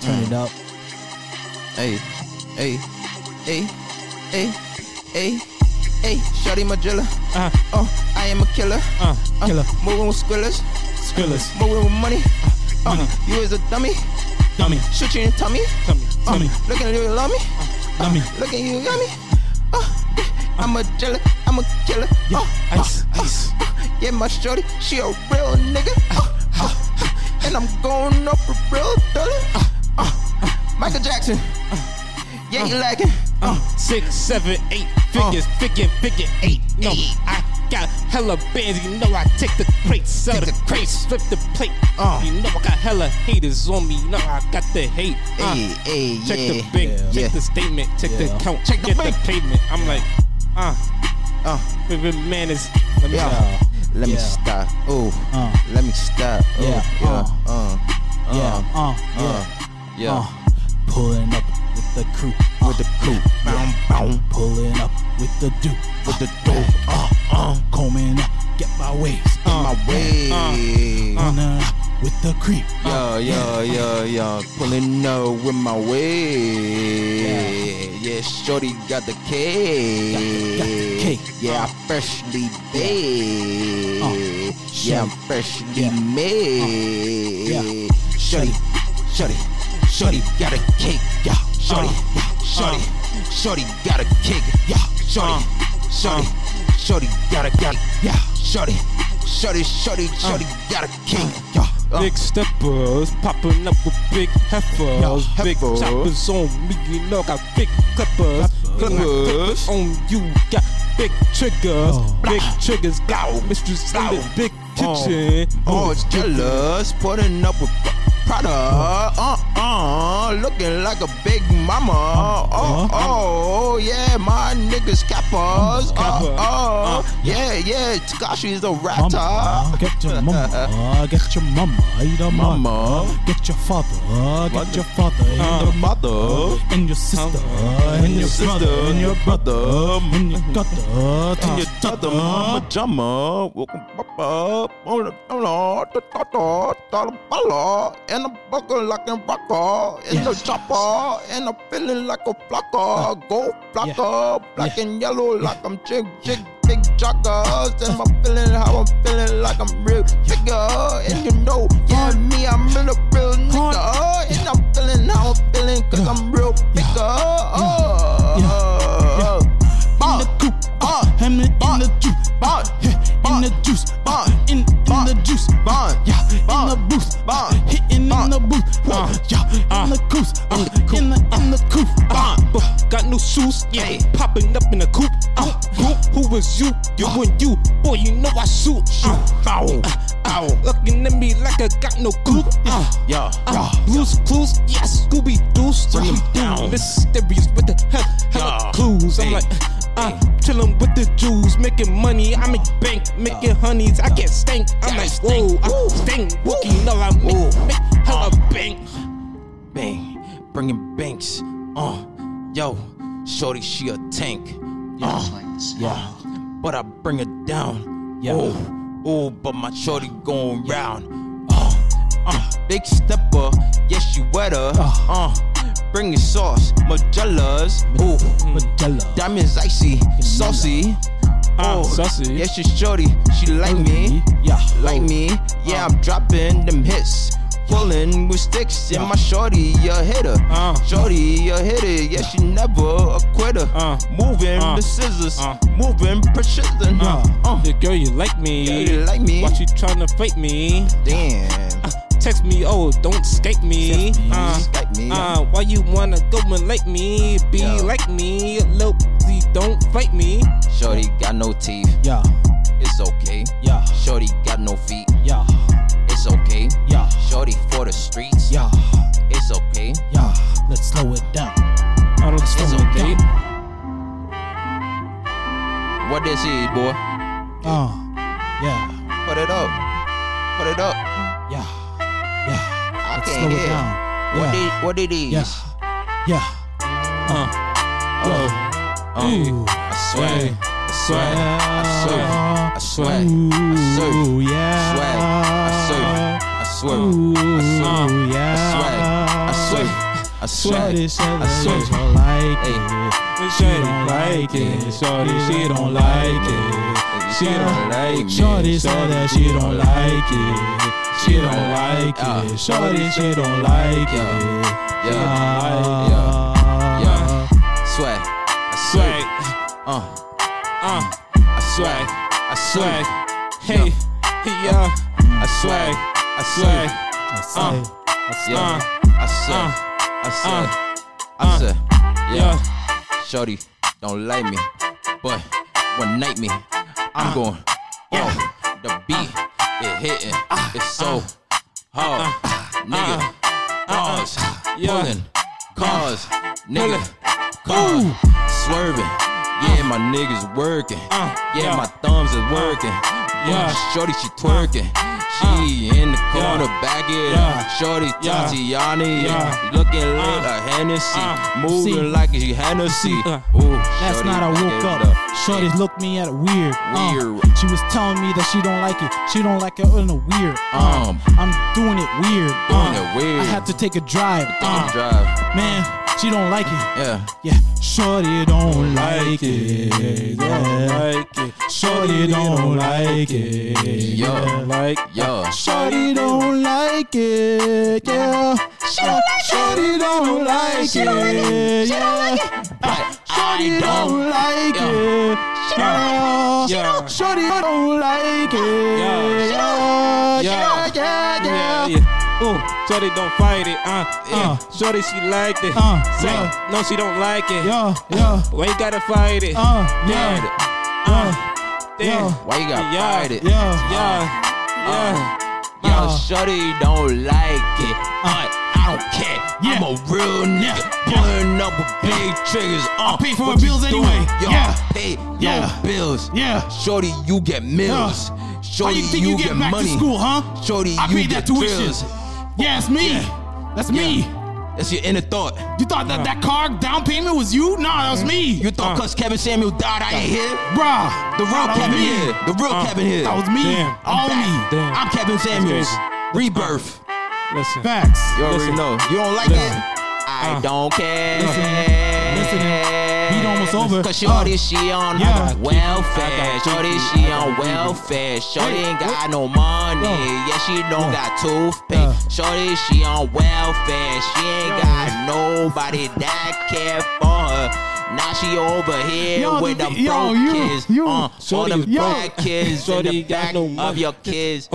Turn it up. Hey, hey, hey, hey, hey, hey, Shorty Majilla. Uh, Oh, I am a killer. uh, Uh, killer, Moving with squillers, Skrillers, moving with money. Uh, money. You is a dummy. dummy, Shoot you in the tummy. dummy, Uh, dummy, Looking at you, you love me. Uh. dummy. Looking at you, you got me. Uh, yeah, I'm a jilla. I'm a killer. Yeah, Uh, ice, ice. Yeah, my shorty, she a real nigga. Uh, uh, uh, and I'm going up a real dollar. Uh, uh, Michael Jackson. Uh, Yeah, you lacking. Uh, six, seven, eight figures, Uh. figure, figure, eight. No, I got hella bands. You know I take the crates, sell Take the the crates, flip the plate. Uh. You know I got hella haters on me. You know I got the hate. Uh, Hey, hey, Check yeah. the bank, Yeah. check Yeah. the statement, check the Yeah. account, Check the get bank. the payment. I'm like, uh, Uh, if it man is, let me Yeah. know. Yeah. let me Yeah. stop. Oh, Uh. let me stop. Oh, Yeah. Uh, Yeah, uh, uh, uh, yeah, yeah. uh. Pulling up with the crew, uh, With the coupe. Boom, boom. pulling up with the dude, With the dope. uh, uh, combing up, get my waves, uh, In my way. uh, with the creep, Yo, yo, yo, yo, pulling up with my way. Yeah, shorty got the cake. Got the cake. Yeah, I freshly baked. Oh. yeah, I'm freshly Yeah. made. Yeah. Shorty, shorty, shorty got a cake. Yeah, shorty, yeah, shorty, shorty got a cake. Yeah, shorty, shorty, shorty got a cake. Yeah, shorty, shorty, shorty, shorty got a cake. Yeah. uh. Big steppers popping up with big heifers, Yo, big heifer. choppers on me. You know, got big clippers, Clip my Clippers. clippers on you. Got big triggers, Oh. big triggers. Blow. Got mistress in the Blow. big Oh. kitchen. Oh, it's jealous, putting up with Prada. Uh uh, looking like a big mama. Oh oh, yeah, my niggas cappers. Uh Kappa. Uh. oh, yeah yeah, Takashi's a mama, rapper. get your mama, get your mama, eat a Mama. mama, get your father, Mother. get your father, eat Uh. a Mother, and your sister, and your sister, and your brother, and your daughter, Uh. uh, and and your daughter, mama jama, welcome papa, on the dollar, the dollar, dollar, dollar, and a buckle like a rocker, and a chopper, and a feeling like a blocker, gold blocker, black and yellow like I'm jig, jig, big joggers, and my feeling how I'm feeling like I'm real figure, and you know, yeah, me, I'm in a real nigga, and I'm feeling how I'm feeling, cause I'm real bigger, oh, in the coop, ah, in the juice, Bond, in the juice, ah, in in the juice, bond, yeah, in the booth, ah, hitting in the booth, ah, yeah, in the coos, ah, in the in the coop, ah, But Uh, got new shoes, yeah. Hey. Popping up in a coupe. Uh, who, who was you? You and you. Boy, you know I shoot. Uh, bow, ow. Looking at me like I got no coupe. Uh, yeah, uh, blues clues, yes. Scooby Doo's. Bring 'em down. Mysterious with the hell, hella Yeah. clues. I'm Hey. like, uh, chillin' with the Jews, making money. I make bank, making honeys. I get stank. I'm Yeah, like, stank. whoa, I Woo. stank. Woo. Rookie, no, I Woo. make, make hella bank. Uh. bang, bringing banks, uh, yo, shorty, she a tank, uh, yeah, but I bring her down, Yeah. oh, oh, but my shorty going round, uh, uh, big stepper, yes, she wetter, uh, bringing sauce, Magellas, Mm-hmm. ooh, Madella, diamonds icy, saucy, Ah, saucy. yes, she shorty, she like me, yeah, like me. Yeah, Uh. I'm dropping them hits. Pulling with sticks in Yeah. my shorty, a hitter. Uh. Shorty, a hitter. Yeah, she never a quitter. Uh. Moving Uh. the scissors, Uh. moving precision. Uh, Uh. the girl you like me. Girl, you like me. Why you tryna fight me? Damn. Text me, oh, don't escape me. Escape me. Uh, Escape me. Uh, why you wanna go and like me? Be Yeah. like me, little pussy, don't fight me. Shorty got no teeth. yeah, It's okay. yeah, Shorty got no feet. yeah, It's okay. yeah, Shorty for the streets. yeah, It's okay. yeah. Let's slow it down. I don't It's slow okay. it down. What this is, boy? Uh, yeah, Put it up. Put it up. yeah, yeah. I Let's can't slow it hear. down. What Yeah, it, what it is? yeah, yeah. Uh, Oh, oh. Ooh. I swear, Hey. I swear, I swear, I swear, I swear, Ooh, I swear, yeah. I swear, I swear, I swear, I swear, I swear, I swear, I Swear swear this it. shit I swear it. don't like Hey. it. She Shorty don't like it. Shorty, she don't like it. She don't like it. Shorty said that she don't like it. She don't like it. Shorty, she don't like it. Yeah, Yeah, yeah. Swear. I swear. Swag, Uh, uh, I swear. Swag. I swear. swag. Hey, hey, uh, I swear. I swear. swag, uh, Yeah. I swear. I swear. I uh, swear. yeah. Yeah. Shorty don't like me, but one night me, Uh, I'm going. Whoa, the beat it hitting, Uh, it's so hard, nigga. Bars, uh, yeah. Uh, pulling, cars, nigga, cars, swerving. Yeah, my niggas working. Uh, Yeah, yeah. my thumbs is working. yeah. Uh, Yeah, shorty she twerking. She in the corner, back it yeah. up. Shorty Yeah. Tatiani, Yeah. looking like Uh, a Hennessy, uh, moving see. like a Hennessy. Uh, Ooh, Last shorty, night I woke give it up. Shorty looked me at weird. uh. Weird. she was telling me that she don't like it. She don't like it in a weird. uh. Um. I'm doing it weird. Doing uh. it weird. I had to take a drive. Don't uh. drive. Man, she don't like it. Yeah. Yeah, shorty don't like it. Yeah. like it. Shorty don't like it. Yo. like uh, Yo. Shorty don't like it, yeah. Shorty don't like it, yeah. Shorty don't like it, yeah. Yeah. Shorty don't like it, yeah. Yeah, yeah, Yeah, yeah. yeah. Oh, Shorty don't fight it, uh, Uh. uh. Shorty she liked it, Uh, Say, yeah. no she don't like it. yeah, yeah. Why you gotta fight it? Uh, Damn, yeah, uh, damn. yeah. Why you got Yeah. Uh, fired it? yeah. uh. Yeah, Yo, shorty don't like it, but I don't care. Yeah. I'm a real nigga, pulling up with big triggers. Uh, pay for what my you bills doing? anyway. Yo, Yeah. pay Yeah. your bilbills. Yeah. Shorty, you get meals. How Shorty, you think you, get, back money. to school, huh? Shorty, I you paid get that tuition. drills. Yeah, it's me. That's me. That's your inner thought. You thought that that car down payment was you? Nah, that was me. You thought Uh. cause Kevin Samuel died, I ain't here? Bruh, The real that was Kevin me. Uh. here. The real Kevin here. That was me. Damn. All Back. me. Damn. I'm Kevin Samuels. crazy. Rebirth. yeah. Listen. Facts. You already Listen. know. You don't like Listen. it? I Uh. don't care. Listen, listen, beat almost over. Cause shorty, she on Yeah. I welfare. got Shorty, you. she I got on you. welfare. Shorty Hey, ain't got what? no money. Yeah. Yeah, she don't Yeah. got Yeah. toothpaste. Shorty, she on welfare. She ain't got nobody that care for her. Now she over here Yo, with the- the yo, broke you- kids. you. Uh, all Shorty them is broke. black kids in Shorty the ain't got back no of money. your kids.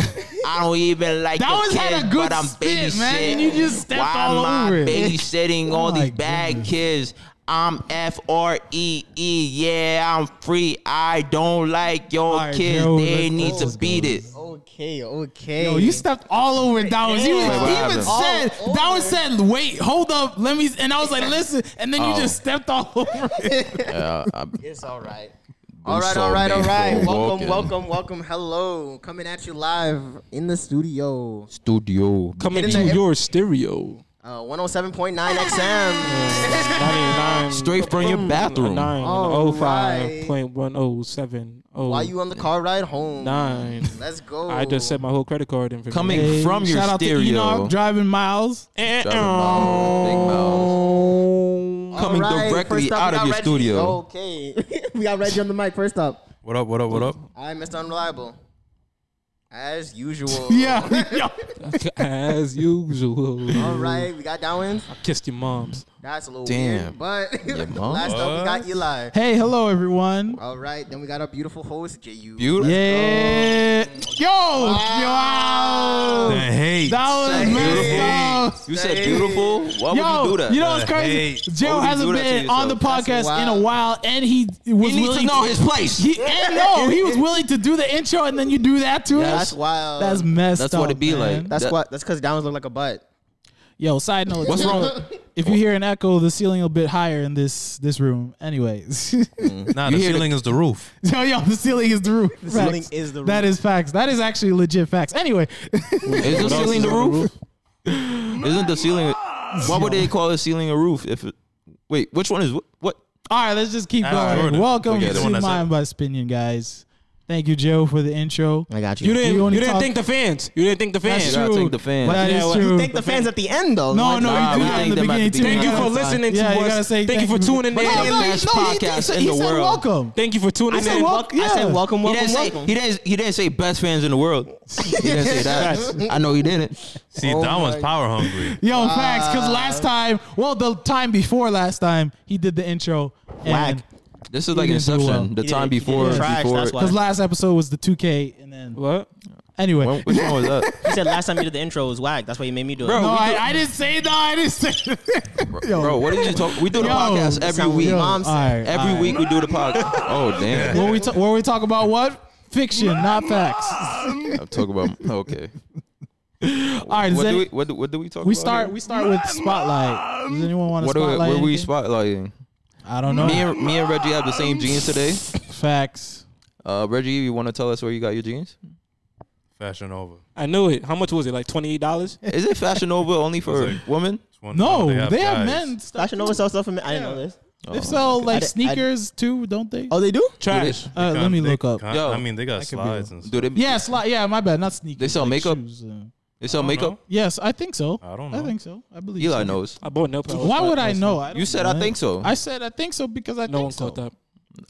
I don't even like That your was- kids, had a good but I'm spit, babysitting. man, and you just stepped Why all am over I it. babysitting all Oh my these bad goodness. kids? I'm F R E E. Yeah, I'm free. I don't like your right, kids. yo, they let's- need to let's beat it. Okay, okay. Yo, you stepped all over it, Downs. You Wait, what even happened? said, All Downs over. said, wait, hold up, let me. And I was like, listen. And then you just stepped all over it. It's all right. All right, all right, all right. Welcome, welcome, welcome. Hello, coming at you live in the studio. Studio. Coming Get in to there. your stereo. Uh, 107.9 XM. 99. Straight from your bathroom. Nine All oh five point one oh seven oh While you on the car ride home? nine. Let's go. I just set my whole credit card in for Coming me. from your Shout out to stereo. Enoch driving miles. Eh, Driving miles, big miles. All Coming right, directly first up, out we of got your Reggie. Oh, studio. Okay, we got Reggie on the mic. First up, What up? What up? What up? I Mr. Unreliable, as usual. Yeah. Yo. as usual. All right, we got Dowins. Kissed your moms. That's a little Damn. weird, but mom? last up we got Eli. Hey, hello, everyone. All right, then we got our beautiful host Ju. Beautiful. Yeah. Yo. Wow. The hate. That was messed up. You said beautiful. Why Yo, would you do that? know what's crazy? Hey, Joe why would you hasn't do that to been on the yourself? That's podcast in a wild. while, and he was he needs willing to know his place. He, and no, he was willing to do the intro, and then you do that to Yes. That's us. wild. That's Um, messed That's up. what it be man. like. That's That- what. That's because Downs look like a butt. Yo, side note. What's too, wrong? If you hear an echo, the ceiling a bit higher in this this room. Anyways, Nah, You the hear the- ceiling is the roof. yo, yo, the ceiling is the roof. The ceiling is the That roof. is facts. That is actually legit facts. Anyway, Is the else ceiling is the on the roof? Isn't the ceiling? Why would they call the ceiling a roof? If it, wait, which one is wh- what? all right, let's just keep Ah, going. Jordan. Welcome Okay, the to one that's Mind by Spinion, guys. Thank you, Joe, for the intro. I got you. You didn't. You You, only didn't talk- thank the fans. You didn't thank the That's fans. gotta true. thank the fans. That Yeah, is well, true. you Thank the fans at the end though. No, Like, no, Nah, we you do that in thank the them at beginning the too. Thank you for gotta- listening yeah, to you us. gotta say thank, you for tuning No, in. no, he- best no, he did- podcast so in he the said world. Welcome. Thank you for tuning I in. said welcome. I said yeah. welcome, He welcome, didn't say welcome. he didn't he didn't say best fans in the world. He didn't say that. I know he didn't. See, Oh Don was my- power hungry. Yo, facts. Because last time, well, the time before last time, he did the intro. Whack. This is like didn't do Inception. well. The He time didn't- he before, didn't trash, before that's why. Because last episode was the 2K, and then What? anyway. When- which one was that? You said last time you did the intro was whack. That's why you made me do it. no, I, I didn't say no. I didn't say. yo, Bro, what did you talk? We do the Yo, podcast every week. yo, Mom all right, said. all Every right. week we do the podcast. Oh damn! What we ta- where we talk about what fiction, not facts. I'm talking about okay. All right, does What do any- we we, what do, what do we talk? about start here? we start with spotlight. Does anyone want to What do we, spotlight? Um, where we anything? spotlighting? I don't know. Me and me and Reggie have the same jeans today. facts. Uh, Reggie, you want to tell us where you got your jeans? Fashion over. I knew it. How much was it? Like twenty eight dollars. Is it Fashion Nova only for It's like- women? No, they have, Oh, guys. men stuff. Fashion Nova sells stuff for me. I didn't know this. They sell I like di- I- sneakers too, don't they? Oh, they do? Trash. They Uh, con- let me they look up. con- Yo. I mean, they got could be wrong. slides and stuff. Do they? Yes, li- yeah, my bad. Not sneakers. They sell like makeup? shoes, uh, They sell I don't makeup. yes, I think so. I don't I know. think so. I believe. Eli so. knows. I bought nail polish. Why would I last know? night. I don't You said I know. think so. I said I think so because I No think one so. caught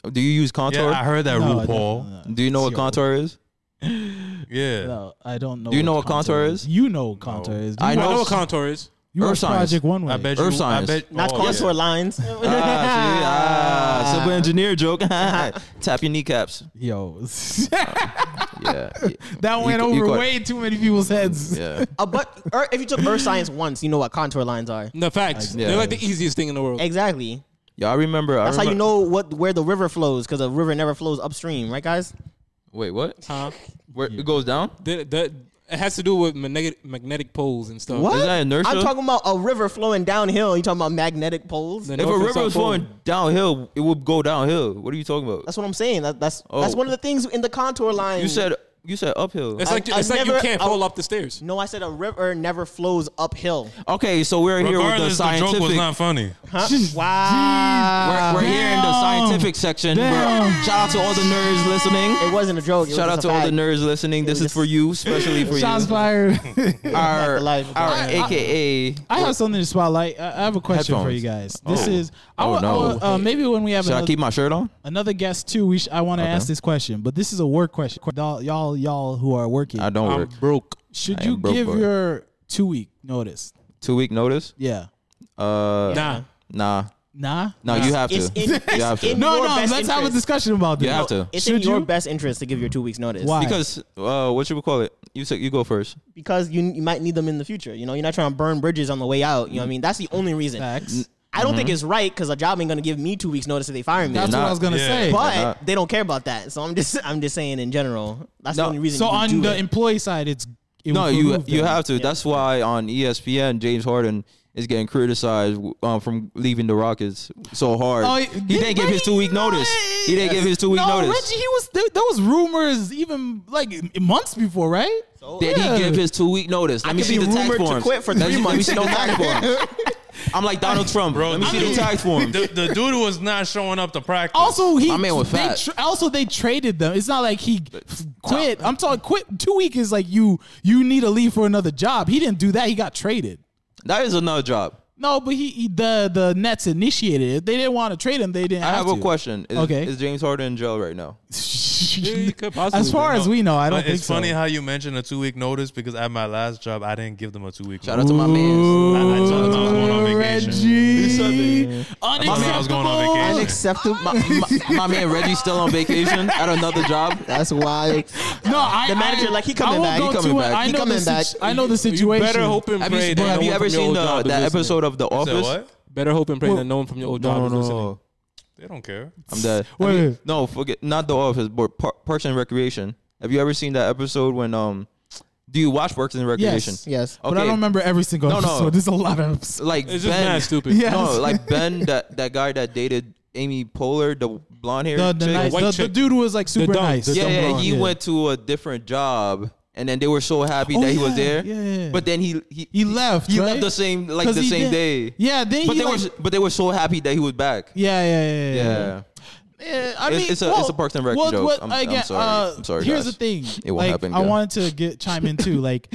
that. Do you use Yeah, contour? I heard that No, RuPaul. definitely Do you know what Yo. contour is? Yeah. No, I don't know. Do you know what contour is? You know what contour is. I I You know know- what contour is. You Earth watch science. Project One Way. I bet Earth you. science. I bet, Not oh, contour yeah. lines. ah, see, ah, simple engineer joke. Tap your kneecaps. Yo, Yeah. that went ca- you over caught- way too many people's heads. Yeah. Uh, but Earth- if you took Earth science once, you know what contour lines are. No facts. Yeah. They're like the easiest thing in the world. Exactly. Yeah, I remember. I That's how you remem- know what where the river flows because a river never flows upstream, right, guys? Wait, what? Huh? Where it goes down? The- the- it has to do with magnetic, magnetic poles and stuff. Is that inertia? I'm talking about a river flowing downhill. You talking about magnetic poles? The if a north and river south was pole. flowing downhill, it would go downhill. What are you talking about? That's what I'm saying. That, that's that's Oh. one of the things in the contour line. you said you said uphill. it's like I- it's I like you never- can't I- fall up the stairs. no. I said a river never flows uphill. Okay, so we're here with the Regardless, the joke scientific. was not funny. Huh? Wow. we're we're here in the Damn. scientific section. We're- Damn. shout out to all the nerds listening. It wasn't a joke. It Shout was out just to a all the fact. nerds listening. This was is for you, especially for you. Shots fired. Our, alive. our I- AKA. I have something to spotlight. I I have a question for Headphones. you guys. This Oh. is. I Oh, wa- I no. wa- uh, maybe when we have should I another, keep my shirt on? another guest too, we sh- I want to ask this question. But this is a work question. Y'all, y'all, y'all who are working, I don't work. broke. should I you am broke give for it. your two week notice? Two week notice? Yeah. Uh, Nah. nah. Nah. No, you have to. It's in- you it's have to. in No, your no. Let's best have a interest. discussion about this. You have to. It's in Should your you? best interest to give your two weeks notice. Why? Because uh, what should we call it? You say you go first. Because you, you might need them in the future. You know, you're not trying to burn bridges on the way out. You know what I mean? That's the only reason. Facts. I don't think Mm-hmm. it's right because a job ain't gonna give me two weeks notice if they fire me. That's what not- I was gonna Yeah. say. but not. they don't care about that. So I'm just I'm just saying in general. That's the No, only reason. so you on do the it. employee side, it's it No, was you removed you then. have to. That's why on E ESPN, James Harden is getting criticized um, from leaving the Rockets so hard. Oh, he didn't give his Reggie two week notice. He didn't give his two week no, notice. Reggie, he was there, there was rumors even like months before, right? Did Yeah. he give his two week notice? Let me could see be the tax rumored to form. quit for let three me, months. Let me see the tax form. I'm like Donald Trump. Let me I see the mean- tax form. The, the dude was not showing up to practice. Also, he My man was they fat. tr- also they traded them. It's not like he f- quit. I'm talking quit. Two week is like you you need to leave for another job. He didn't do that. He got traded. That is another job. No, but he, he- the the Nets initiated it. They didn't want to trade him. They didn't. I have a to. question. Is, Okay. is James Harden in jail right now? you could possibly as far be. as we know, I don't But think it's so. funny how you mentioned a two week notice because at my last job, I didn't give them a two week Shout out to my man. I, I told them I was going on vacation. Reggie, told me I was going on Unacceptable. Unacceptable. vacation. My, my, my man Reggie's still on vacation at another job. That's why. No, I, The manager, I, like, he I coming won't back, he go coming to it. back. I He know coming the back. situ- I know the situation. Better hope and Have pray. you, that have no you one ever from your seen old the, job is that listening. episode of The Said Office? what? Better hope and pray that no one from your old job No, is no, listening. no. They don't care. I'm dead. Have Wait. you- no, forget not The Office, but Par- Parks and Recreation. Have you ever seen that episode when um? Do you watch Parks and Recreation? Yes. But I don't remember every single No, no. episode. There's a lot of episodes. Like It's just Ben, mad stupid. Yeah. No, Yes. like Ben, that that guy that dated Amy Poehler, the blonde hair. The, the, Chick, nice, white the, the chick. dude was like super dumb- nice. the yeah, dumb yeah, blonde, he yeah. went to a different job, and then they were so happy Oh, that he was yeah, there. yeah, yeah, yeah. But then he he He left, He right? left the same like 'Cause the he same did- day. Yeah, then But he they like, were but they were so happy that he was back. yeah, yeah, yeah, yeah, Yeah. Yeah, I It's- mean, it's a- well, it's a Parks and Rec well, joke. well, I'm- I'm again, sorry. uh, I'm sorry, Here's guys. the thing. It won't like, happen I again. wanted to get chime in too. Like,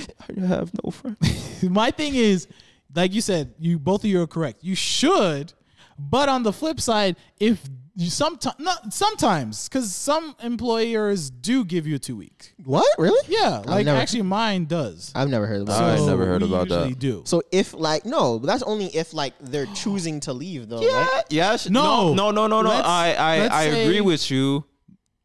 I have no friends. my thing is, like you said, you both of you are correct. You should, but on the flip side, if you sometimes not sometimes because some employers do give you a two week. What? Really? Yeah, like never- actually mine does. I've never heard about I it. So never heard we about that. usually Do So if like no, but that's only if like they're choosing to leave though. Right? Yes. No. No. No. No. No. Let's- I. I. let's I say- agree with you.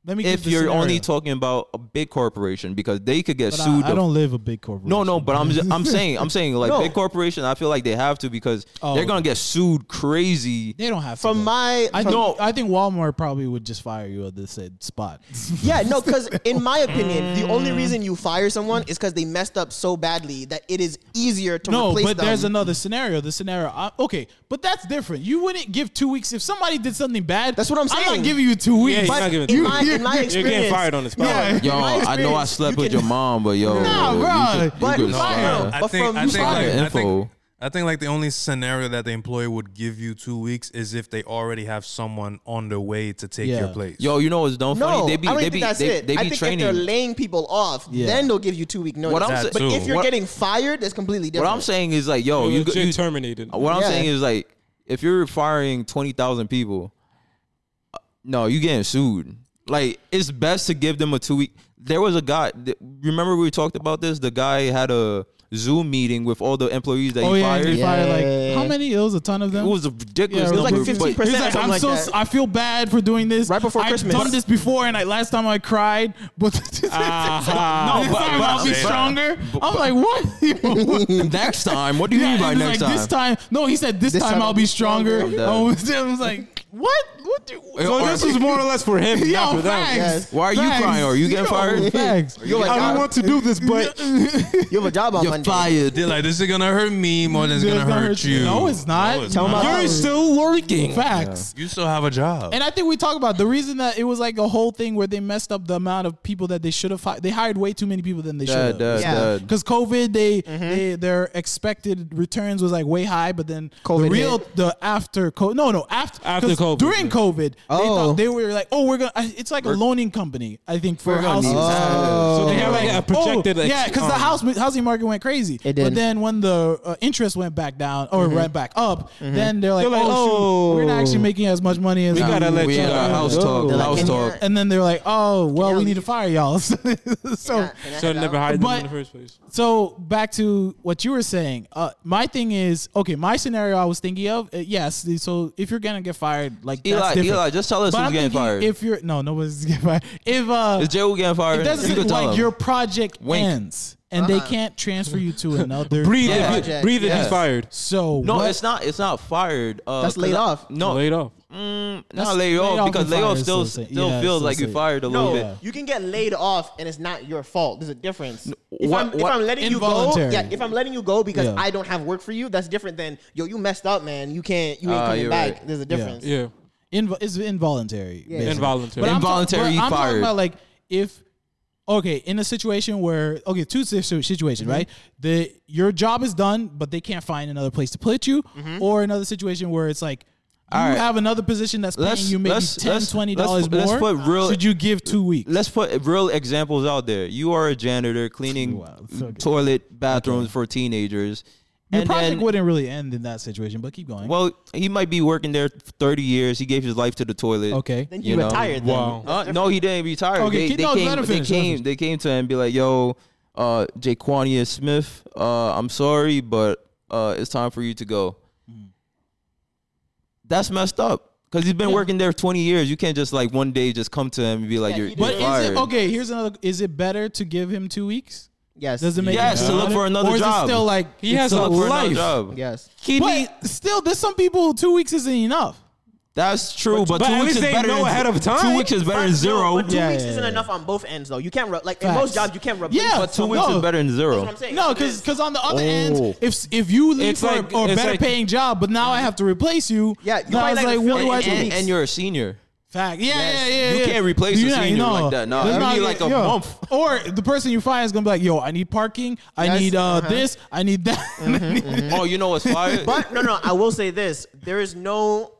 Let me. give If the you're scenario. only talking about a big corporation, because they could get But sued. I, I the don't live a big corporation. No, no, but I'm just, I'm saying I'm saying like No. big corporation. I feel like they have to because Oh. they're gonna get sued crazy. they don't have to From though. my I from- think, I think Walmart probably would just fire you at this said spot. yeah no, because in my opinion, the only reason you fire someone is because they messed up so badly that it is easier to no, replace but them. there's another scenario. The scenario, I, okay, but that's different. You wouldn't give two weeks if somebody did something bad. That's what I'm I'm saying. not giving you two weeks. you're But not giving- in, my, in my You're experience, getting fired on the spot. Yeah. Yo, my I know I experience, slept you with can- your mom, but yo, Nah, bruh. you could, you But could fire. slide. I But think, from I, think like, Solid I, think, info. I think like the only scenario that the employer would give you two weeks is if they already have someone on the way to take Yeah. your place. Yo, you know what's dumb No, funny? They be I don't they think be that's they, it. they I be think training. if they're laying people off, Yeah. then they'll give you two week notice. What I'm That saying- but if you're What- getting fired, that's completely different. what I'm saying is like, Oh, yo, you you, legit could- you terminated. what I'm Yeah. saying is like, if you're firing twenty thousand people, uh, no, you getting sued. Like it's best to give them a two week. There was a guy. th- Remember we talked about this. The guy had a Zoom meeting with all the employees that Oh he yeah, fired. and you fired Yeah. like how many? It was a ton of them. It was a ridiculous. Yeah, number, like but- 15%. It's like, something I'm like so that. s- I feel bad for doing this. Right before I've Christmas. done this before, and I last time I cried. But Uh-huh. No, no, this but- time but- I'll be but- stronger. I'm like, what? next time, what do you Yeah, mean by and it's next like, time? This time, no, he said this, This time, time I'll be stronger. stronger. I was, I was like, what? What? Do, So this is more or less for him, Yo, not for them. facts. Yes. Why are you Facts. crying? Are you getting Yo, fired? Facts. You're like, I "Ah, don't want to do this, but you have a job on You're Monday. fired. They're like, this is gonna hurt me more than it's It's gonna gonna hurt hurt you. you. No, it's not. Tell 'em not. about- You're still working. Facts. You still have a job. And I think we talked about the reason that it was like a whole thing where they messed up the amount of people that they should have hired. They hired way too many people than they Dad, should have. dad, Yeah. dad. Because COVID, they, Mm-hmm. they their expected returns was like way high, but then COVID the real hit. the after COVID, no, no, after After 'cause COVID, during yeah. COVID, they Oh. thought they were like, oh, we're gonna, I- it's like a loaning company, I think for gonna houses. need so they have like a projected. Oh, ex- yeah, because the um, house housing market went crazy. It But did. Mm-hmm. then when the uh, interest went back down or went back up, then they're like, They're like, oh, shoot, we're not actually "Oh, making as much money as we gotta let We you uh, had know. a house talk. They're like, House "Can you- talk. And then they're like, oh, well, we Yeah. need to fire y'all. so, So I never hired them But- in the first place. so back to what you were saying. Uh, my thing is, okay, my scenario I was thinking of, uh, yes. So if you're gonna get fired, like that's Eli, different. Eli, just tell us but who's I'm getting thinking fired. if you're no, nobody's getting fired. If uh, Is Jay Wu getting it fired? You doesn't can tell like him. your project Wink. ends and they can't transfer you to another Breathe, Yeah. if you, Project, breathe. If yeah. he's fired, So No, what- it's not. It's not fired. Uh, That's 'cause laid I- off. No, Mm. laid off. not That's- laid laid off off because and laid fired off is still still still the same. Yeah, it's feels still like you same. fired a No, little bit. you can get laid off and it's not your fault. There's a difference. If, what- I'm, if what- I'm letting you go, Involuntary. yeah, if I'm letting you go because Yeah. I don't have work for you, that's different than yo, you messed up, man. You can't, you ain't Ah, coming you're back. right. There's a difference. Yeah, Invo- it's involuntary. basically. Involuntary. I'm ta- Involuntary, but you I'm fired. talking about like if okay in a situation where okay two situ- situation Mm-hmm. right the your job is done but they can't find another place to put you or another situation where it's like you Mm-hmm. All right. have another position that's paying Let's- you maybe let's- 10 let's- 20 dollars let's- more let's put real- should you give two weeks Let's put real examples out there. You are a janitor cleaning Wow, so good. toilet bathrooms for teenagers, your and project then wouldn't really end in that situation but keep going well, he might be working there thirty years. He gave his life to the toilet. okay Then you, You know, retired. wow. Then. Uh, no, he didn't retire. Okay, they, keep- they no, let came. him They finish, let him came. They came to him and be like, "Yo, uh, Jaquania Smith, uh, I'm sorry, but uh, it's time for you to go." That's messed up because he's been working there 20 years. You can't just like one day just come to him and be like, Yeah, "You're, he you're did. but is fired." it okay here's another is it better to give him two weeks Yes. does it make Yes, it to look for another or is job. it still like He has it's to Look for another life? job. Yes. He need- But still, there's some people two weeks isn't enough. that's true, but, but two at weeks least is they better. know than- ahead of time. Two weeks is better than No, zero. but two Yeah, weeks yeah, isn't yeah. enough on both ends though. You can't re- like in Facts. most jobs you can't replace. Yeah, But two so weeks no. is better than That's zero. what I'm saying. No, It because is. on the other Oh. end, if if you leave It's for like- a- or it's better like- paying job, but now I have to replace you. Yeah, you now might it's not like even what feel do I And, it. do? and, and you're a senior. Fact. Yeah, Yes. yeah, yeah. You yeah. can't replace a not- senior like that. No, There's you not- need like a yeah. month. Or the person you fire is gonna be like, "Yo, I need parking. I Yes, need uh uh-huh. this. I need that." oh, you know what's fired? But no, no, I will say this: there is no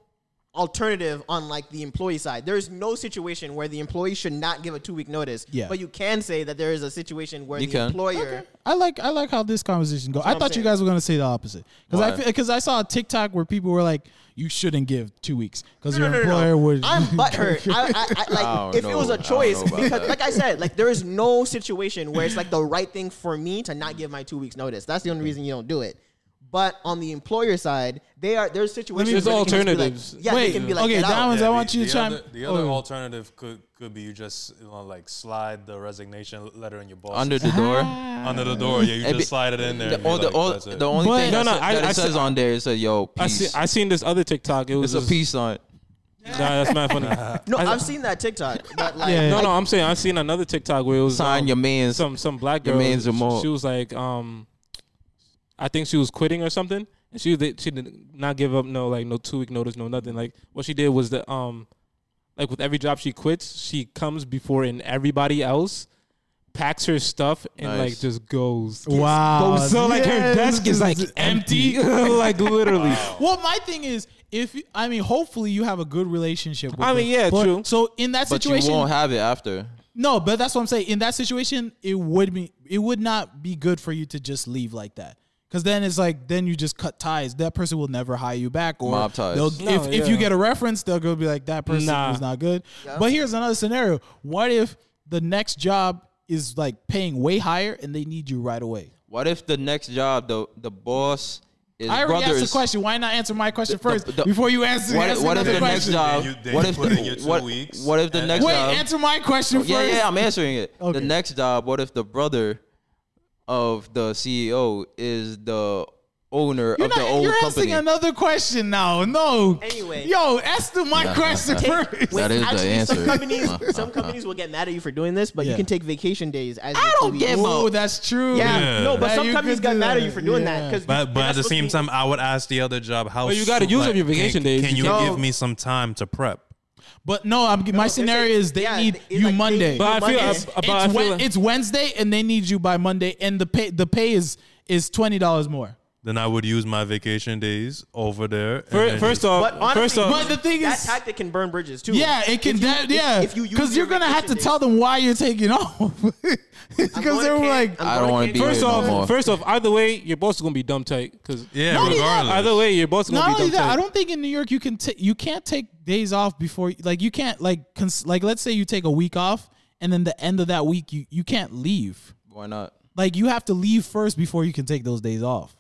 alternative on like the employee side. There is no situation where the employee should not give a two week notice. Yeah. But you can say that there is a situation where You the can. employer I like I like how this conversation goes. I I'm thought you saying. guys were gonna say the opposite because I Why? because I saw a TikTok where people were like, "You shouldn't give two weeks because your No, no, no, no. employer would." I'm butthurt. I, I, I, like I don't if it was know. a I don't choice, know about because that. like I said, like there is no situation where it's like the right thing for me to not give my two weeks notice. That's the only reason you don't do it. But on the employer side, they are there's situations. There's where they can just be like- alternatives. yeah, Wait, they can be like okay, get that out. one's- I want the, you to the chime- Other, the other oh. alternative could could be you just you know, like slide the resignation letter in your boss Under the door. under the door. Yeah, you It'd just be- slide it in there. and The, be all, the, like, all, that's it. the only But- thing No, that, no, sa- I- that it I says see- on there is a yo I peace. see. I seen this other TikTok. It was it's a just- peace on it. Nah, that's not funny. No, I, have seen that TikTok, but like Yeah. No, no, I'm saying I've seen another TikTok where it was Sign um, your man's. some some black your girl. man's she, remote. she was like, um, I think she was quitting or something, and she did, she did not give up no like no two week notice, no nothing. Like what she did was that um, like with every job she quits, she comes before in everybody else, packs her stuff and Nice. like just goes. wow. So like her Yes. desk is like empty, like literally. Well, my thing is, if you- I mean, hopefully you have a good relationship. with I mean, them. yeah, But- true. So in that But situation, you won't have it after. no, but that's what I'm saying. In that situation, it would be it would not be good for you to just leave like that. Cause then it's like then you just cut ties. That person will never hire you back. Or Mob ties. they'll- No, if, if yeah. you get a reference, they'll go be like that person Nah. was not good. But here's another scenario: What if the next job is like paying way higher and they need you right away? What if the next job the the boss is I already brothers? asked the question. Why not answer my question The- first the- before you answer? What, answer what if another the next question? job? Then you- then what you if put in your the two what, weeks what if the and- next Wait, job? answer my question first. yeah, yeah, I'm answering it. Okay. The next job. What if the brother of the CEO is the owner You're, of the not- old you're company? asking another question now. No. Anyway. Yo, answer my question first. That is the actually, answer. Uh-huh. Some companies, some companies will get mad at you for doing this, but Yeah. you can take vacation days as I your don't two give weeks. a- Oh, that's true. Yeah. Yeah. no, but Yeah, some you companies could got do mad at that. you for doing Yeah. that because But but at the same time, I would ask the other job how. But you gotta soon- use up your vacation can, days. Can You you can't- give me some time to prep? But no, I'm, my scenario saying- is they yeah, need it's you like they- Monday. But I feel, It's- but it's, I feel Wed- like- it's Wednesday and they need you by Monday, and the pay the pay is is twenty dollars more. Then I would use my vacation days over there. and Fir- then First just- off, But honestly, first off, But the thing that is- tactic can burn bridges too. Yeah, it can. If you- that, if- yeah, if you use because you're your gonna have to vacation days- tell them why you're taking off. I'm Because they going to were Canada- like, I'm I going don't wanna to be Canada. here First no off, more. first off, either way, your boss is gonna be dumb tight. Cause yeah, Not only that, regardless. either way, your boss is gonna not be dumb only that, tight. I don't think in New York you can ta- you can't take days off before like you can't like cons- like let's say you take a week off and then the end of that week you you can't leave. Why not? Like you have to leave first before you can take those days off.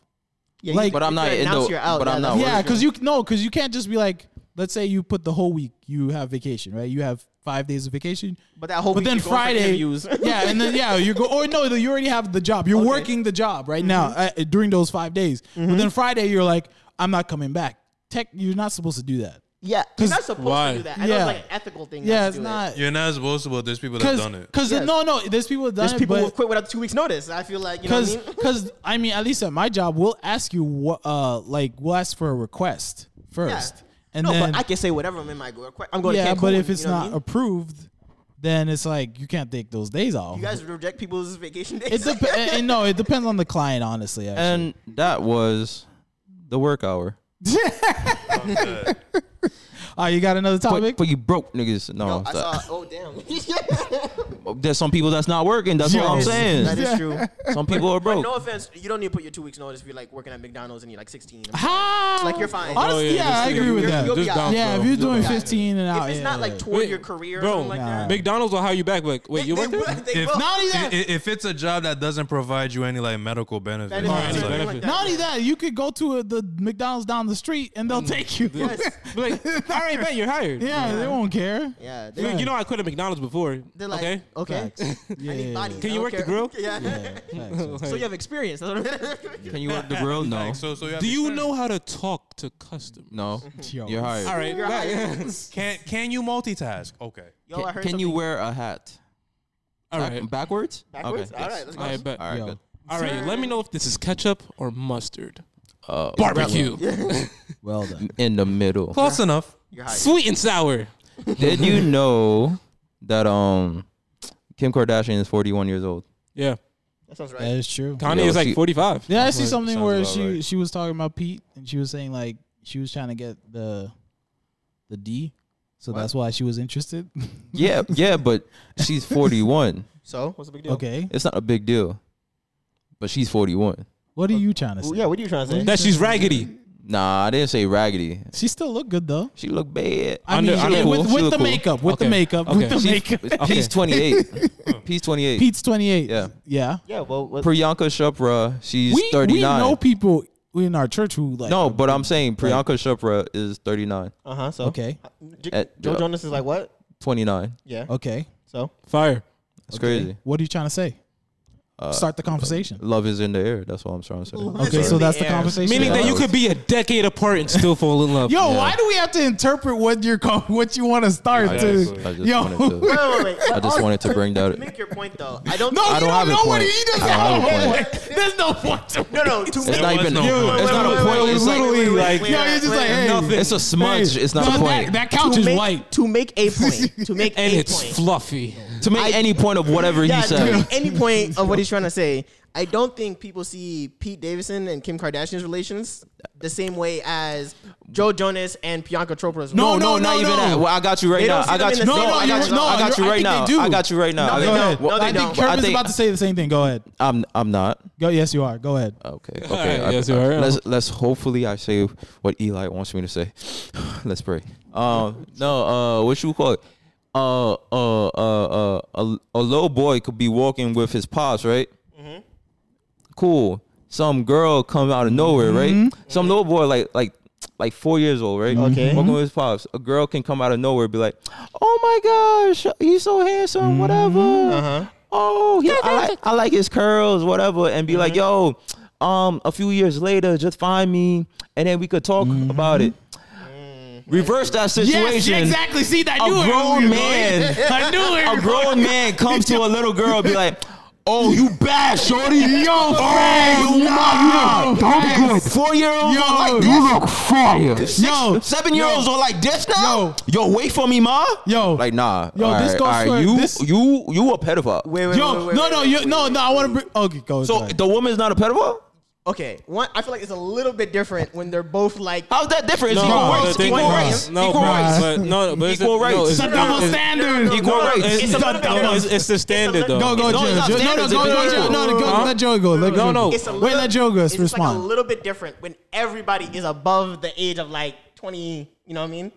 Yeah, Like- you- But I'm you not can in announce the- you're out, but I'm yeah, not that's- yeah, working. because you no, because you can't just be like let's say you put the whole week you have vacation right. You have five days of vacation. But that whole But week then you're going for Friday, interviews. yeah, and then yeah, you go. Or no, you already have the job. You're working the job Mm-hmm. right now uh, during those five days. But then Friday, you're like, I'm not coming back. Tech, you're not supposed to do that. yeah, you're not supposed Why? to do that. I know Yeah. it's like an ethical thing. Yeah, to it's do it. not. you're not supposed to. But there's people that Cause, done it. cause Yes. no, no, there's people that done There's it, people but- who quit without two weeks' notice. I feel like you know what I Cause, mean. cause I mean, at least at my job, we'll ask you what, uh, like we'll ask for a request first, and no, then but I can say whatever I'm in my go- I'm going. yeah, to Cancun, but if it's you know what I not mean? approved, then it's like you can't take those days off. you guys reject people's vacation days. it dep- and- and no, it depends on the client, honestly. Actually. And that was the work hour. Oh, you got another topic? But, but you broke niggas. No, oh, I'm I sorry. saw. Oh damn. that there's some people that's not working. That's what I'm Yo. saying. is true. Some people are broke. No offense, you don't need to put your two weeks' notice if you're like working at McDonald's and you're like 16. How? Like you're fine. Oh, Honestly, yeah, this I nigga- agree with you're- that. you're You'll be just out. down, yeah, if bro. you're doing Yeah. 15 and out, if it's yeah, not yeah. like toward your career or bro, something like that. McDonald's will hire you back. Like, wait, you they work there? will- they If, will. Not only that. i- i- if it's a job that doesn't provide you any like medical benefits, Benefits it's or Right. like- something like that. Not only that, you could go to a, the McDonald's down the street and they'll take you. Be like, all right, man, you're hired. yeah, they won't care. Yeah, they- You- You know, I quit at McDonald's before. They're like, "Oh, okay. okay, okay. Yeah, I need bodies. Can I you don't work the care. grill? Yeah. facts. so you have experience. that's what I mean. Can you work the grill? No. Like, so, so you have Do to- you know how to talk to customers? No. Yo. You're hired. All right, back. Can can you multitask? Okay. Yo, I Can, heard can you something wear a hat? all Back- right, Backwards? backwards. Okay. All yes. right, let's go. all right, bet. All Yo. right, good. All right, let me know if this is ketchup or mustard. Oh, Uh, Barbecue, Well done. in the middle. Close enough. You're hired. sweet and sour. Did you know that um Kim Kardashian is 41 years old? Yeah, That sounds That right. is true. Kanye Yo, is like she- 45. Yeah, I see something sounds where about she right. she was talking about Pete and she was saying like she was trying to get the the D. So that's why she was interested. Yeah, yeah, but she's 41. So what's the big deal? okay. It's not a big deal. But she's 41. What are you trying to say? Yeah, what are you trying to say? That she's raggedy. Nah, I didn't say raggedy. She still looked good though. She look bad. I Under- mean, under yeah, cool. with, She with look the cool. makeup, with Okay. the makeup, Okay. with the She- makeup. He's 28. He's 28. Pete's 28. Yeah. Yeah. yeah, well, what, Priyanka Chopra, she's we, 39. we know people in our church who like. no, but I'm saying Priyanka Chopra is 39. uh huh. So Okay. J- At- Joe Jonas is like what? 29. Yeah. Okay. So Fire. That's crazy. What are you trying to say? Start the conversation. Love is in the air. That's what I'm trying to say. Okay, so that's the conversation. Meaning that you could be a decade apart and still fall in love. Yo, why do we have to interpret what you're co- what you want to start I to? just, I just Yo, wanted to. wait, wait, wait. I just wanted to bring that. Make your point though. I don't. no, I you don't don't have a know what point. he does. I don't have a There's no point to No, no. To It's me, not even. no point. It's Wait, not wait, a wait, point. wait, It's wait, like literally wait, wait, like- wait, Yo, wait, you're just wait. like, hey, Nothing. it's a smudge. It's not a no, point. That, that couch is make, white. To make a point. To make And a it's point. fluffy. to make any point of whatever yeah, he to said. make any point of what he's trying to say. I don't think people see Pete Davidson and Kim Kardashian's relations the same way as Joe Jonas and Priyanka Chopra's. No, no, not no, no, even no. that. Well, I got you right They now. don't see I got them you. in No, the same I got light. you. No, I got you you're- I right think now. they do. I got you right now. No, I they got- don't. Well, No, they I think- don't. I Kevin's think- about to say the same thing. Go ahead. I'm. I'm not. Go. Yes, you are. Go ahead. Okay. Okay. right, I- yes, you are. Let's let's hopefully I say what Eli wants me to say. let's pray. Um. No. Uh. What you call it? Uh. Uh. Uh. uh a, a little boy could be walking with his pops, right? Cool. Some girl come out of nowhere, right? Some little boy like like like four years old, right? Okay. Walking with his pops. A girl can come out of nowhere, be like, "Oh my gosh, he's so handsome, whatever." Uh-huh. oh, he, I, like, I like his curls, whatever, and be like, yo, Mm-hmm. um, a few years later, just find me, and then we could talk about it. Reverse that Mm-hmm. Yes, situation. exactly. See, I A knew it. grown man, I knew it. a grown man comes to a little girl, and be like, "Oh, you bad, shorty, yo, oh, nah, you look good. Four year olds Yo. are like this. you look fire. Yo. seven year olds are like this now. Yo, wait for me, ma. Yo. like nah. Yo, all this right, goes all right, for- you, this- you, you a pedophile. Wait, wait, wait, Yo, wait, no, wait, no, wait, you, wait, no, wait. no. I want to. Okay, go. So go ahead. the woman's not a pedophile? Okay, one. I feel like it's a little bit different when they're both like. How's that different? It's No, equal no, rights. they- Equal no, rights. No, equal but- rights. but no, no, but it's Equal a, rights. No, It's It's a double standard. Equal rights. It's, It's a little bit no, different. it's, it's the standard though. Go, go, No, it's Joe. not Joe. No, no, standards, go, it's go, Joe. equal. No, no, Huh? go. Let Joe go. Let No, Joe no. go. It's a Wait, little- let Joe go. It's just like a Respond. little bit different when everybody is above the age of like twenty. You know what I mean?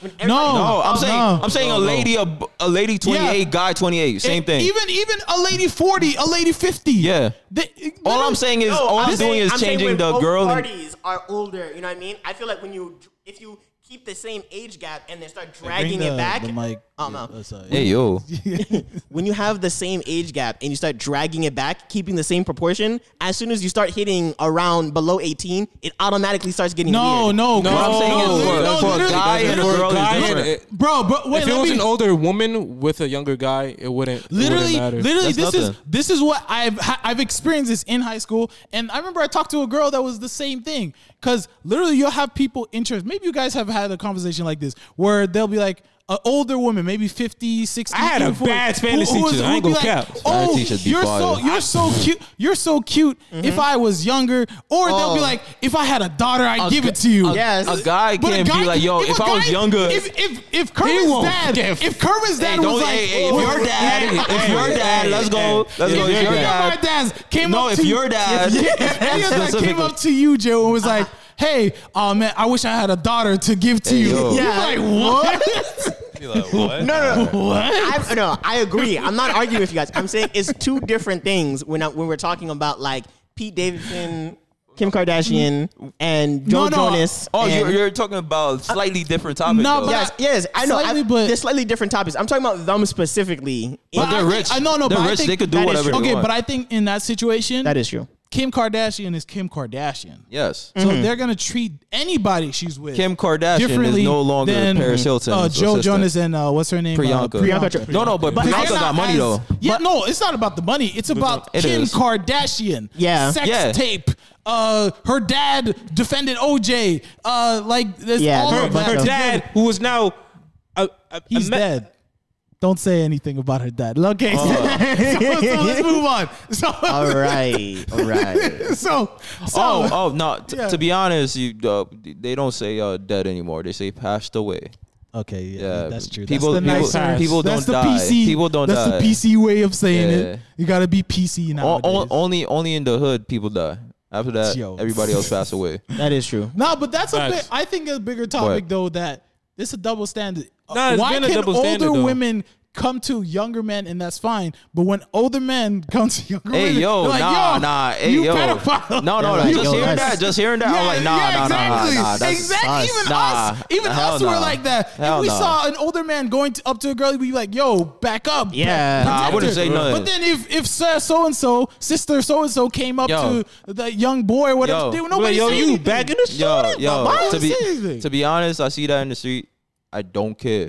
When everybody- No, I'm No. saying I'm saying a lady a, a lady 28, Yeah. guy 28, same E- thing. Even even a lady forty, a lady fifty. Yeah. They- they all I'm don't- saying is No, all I'm, doing saying- is I'm saying changing when the both girl. And, Parties are older. You know what I mean? I feel like when you if you keep the same age gap and then start dragging Bring it the- back. the mic. Oh, no. Yeah, sorry. hey yo, when you have the same age gap and you start dragging it back, keeping the same proportion, as soon as you start hitting around below 18, it automatically starts getting No, weird. no, no. what I'm No, saying no, is for, no, for a literally, guy and a for a girl guy is and different. a- bro. But wait, if it let was me. an older woman with a younger guy, it wouldn't. Literally, it wouldn't matter. literally, That's this is nothing. this is what I've ha- I've experienced this in high school, and I remember I talked to a girl that was the same thing. Because literally, you'll have people interest. Maybe you guys have had a conversation like this where they'll be like an older woman, maybe 50, 60. I had a even 40, bad Spanish who- who teacher. is- I who'd ain't be gonna cap. Spanish Oh, teachers be you're so fire." you're so cute. You're so cute. If I was younger, or they'll be like, if I had a daughter, I'd A give gu- it to you. a- Yes. a guy But a can't be guy- like yo. If, a I was guy- younger, if if if Kermit's won't dad, give- if Kermit's dad was don't- like, hey, hey, if "Oh, your dad, Hey, if hey, your dad, hey, let's go, hey, let's if go. If your your any of our dad, dads came No, up if to your dad- if, if any of us came Specifically. up to you, Joe, and was like, "Hey, oh man, I wish I had a daughter to give to you." yo. You're Yeah. like, "What? no, no. what?" I, no, I agree. I'm not arguing with you guys. I'm saying it's two different things when I, when we're talking about like Pete Davidson, Kim Kardashian, and Joe No, no. Jonas. oh, and- you're, you're talking about slightly different topics. No, though. but yes, yes, I know. Slightly, I, but- they're slightly different topics. I'm talking about them specifically. But I they're think- rich. I know, no, they're but I rich. think- they could do that is whatever. true. they Okay, want. but I think in that situation, that is true. Kim Kardashian is Kim Kardashian. yes. So Mm-hmm. they're gonna treat anybody she's with Kim Kardashian is differently no longer than Paris Hilton. uh, Joe Jonas and uh, what's her name? Uh, Priyanka. Priyanka. No, no, but, But They're Priyanka not got money as- though. Yeah, no, it's not about the money. It's about It Kim is. Kardashian. Yeah. sex Yeah. tape. Uh, her dad defended OJ. Uh, like there's Yeah, all no, of her, but that. her together. dad, who was now. A, a, he's a me- dead. Don't say anything about her dad. Okay, Oh. so, so- so let's move on. So, All right, all right. so, so Oh, oh no! T- Yeah. To be honest, you uh, they don't say uh, dead anymore. They say passed away. okay, yeah, Yeah, that's true. People, that's the people, nicer. people don't that's the die. PC. People don't that's die. the PC way of saying Yeah. it. You gotta be PC O- now. o- only, only in the hood, people die. After that, Yo. everybody else pass away. That is true. No, but that's a bit, Facts. I think a bigger topic What? though that this a double standard. Uh, Nah, it's Why been a can double older standard, though. women come to younger men and that's fine, but when older men come to younger Hey women, yo, they're like, nah, yo, nah, hey you yo, pedophile. no, no, no, Yeah, like, just yo, hearing that's- that, just hearing that, I'm like, nah, yeah, nah, exactly. nah, nah, that's exactly. Even nah, us, even hell us, were nah. like that. Hell if we nah. saw an older man going to, up to a girl, we'd be like, "Yo, back up." Yeah. Pro- Nah, I protect wouldn't her. say nothing. But then if if sir so and so, sister so and so came up Yo. to the young boy or whatever, Yo. they, Like, nobody yo, said you anything. bagging the yo, shorty? why yo. would To you be say anything? to be honest, I see that in the street. I don't care.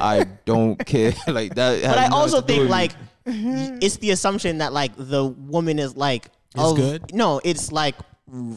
I don't care. like that. But I also think like Mm-hmm. y- it's the assumption that like the woman is like of- good? No, it's like r-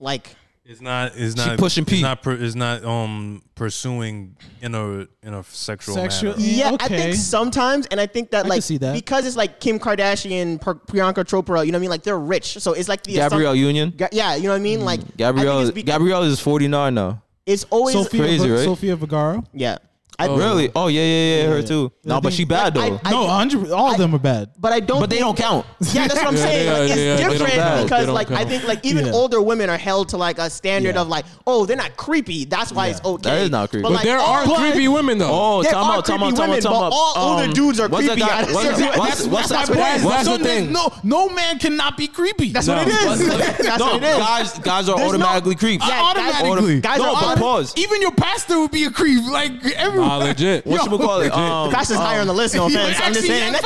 like It's not. It's not pushing it's Pete. Not per, it's not um pursuing in a in a sexual, Sexual- manner. yeah, I Mm, okay. think sometimes, and I think that I can like see that. because it's like Kim Kardashian, Pr- Priyanka Chopra, you know what I mean? Like they're rich, so it's like the assumption- Gabrielle Union. Ga- yeah, you know what I mean? Like I think Gabrielle. it's, beca- Gabrielle is 49 now. it's always Sophia, crazy, Ver- right? Sophia Vergara. yeah. I, Really? Oh yeah, yeah, yeah. her yeah. too. Yeah, I No, but think- she bad I- though. I- no, 100, all of them are bad. but I don't. but they think- don't count. Yeah, that's what I'm saying. they are- like, they are- it's they don't different count. They because, don't like, I count. think, like, even Yeah. older women are held to like a standard Yeah. of like, oh, they're not creepy. That's why it's okay. That is not creepy. But like, there are all- creepy women though. Oh, There time are out, time out, creepy time out, women, time but out. Um, all older dudes are what's that creepy. guy- I- what's that- That's- What's that's that my point? point. That's so the there's thing. No, no man cannot be creepy. That's what it No. is. That's no, what it is. guys, guys are There's no- automatically creeps. Yeah, Automatically. guys, guys no, are but auto- pause. Even your pastor would be a creep. Like everyone. Nah, legit. Ah, What you call it? Um, Fast is um, higher on the list. No Yeah, offense. I'm just actually, saying. yeah,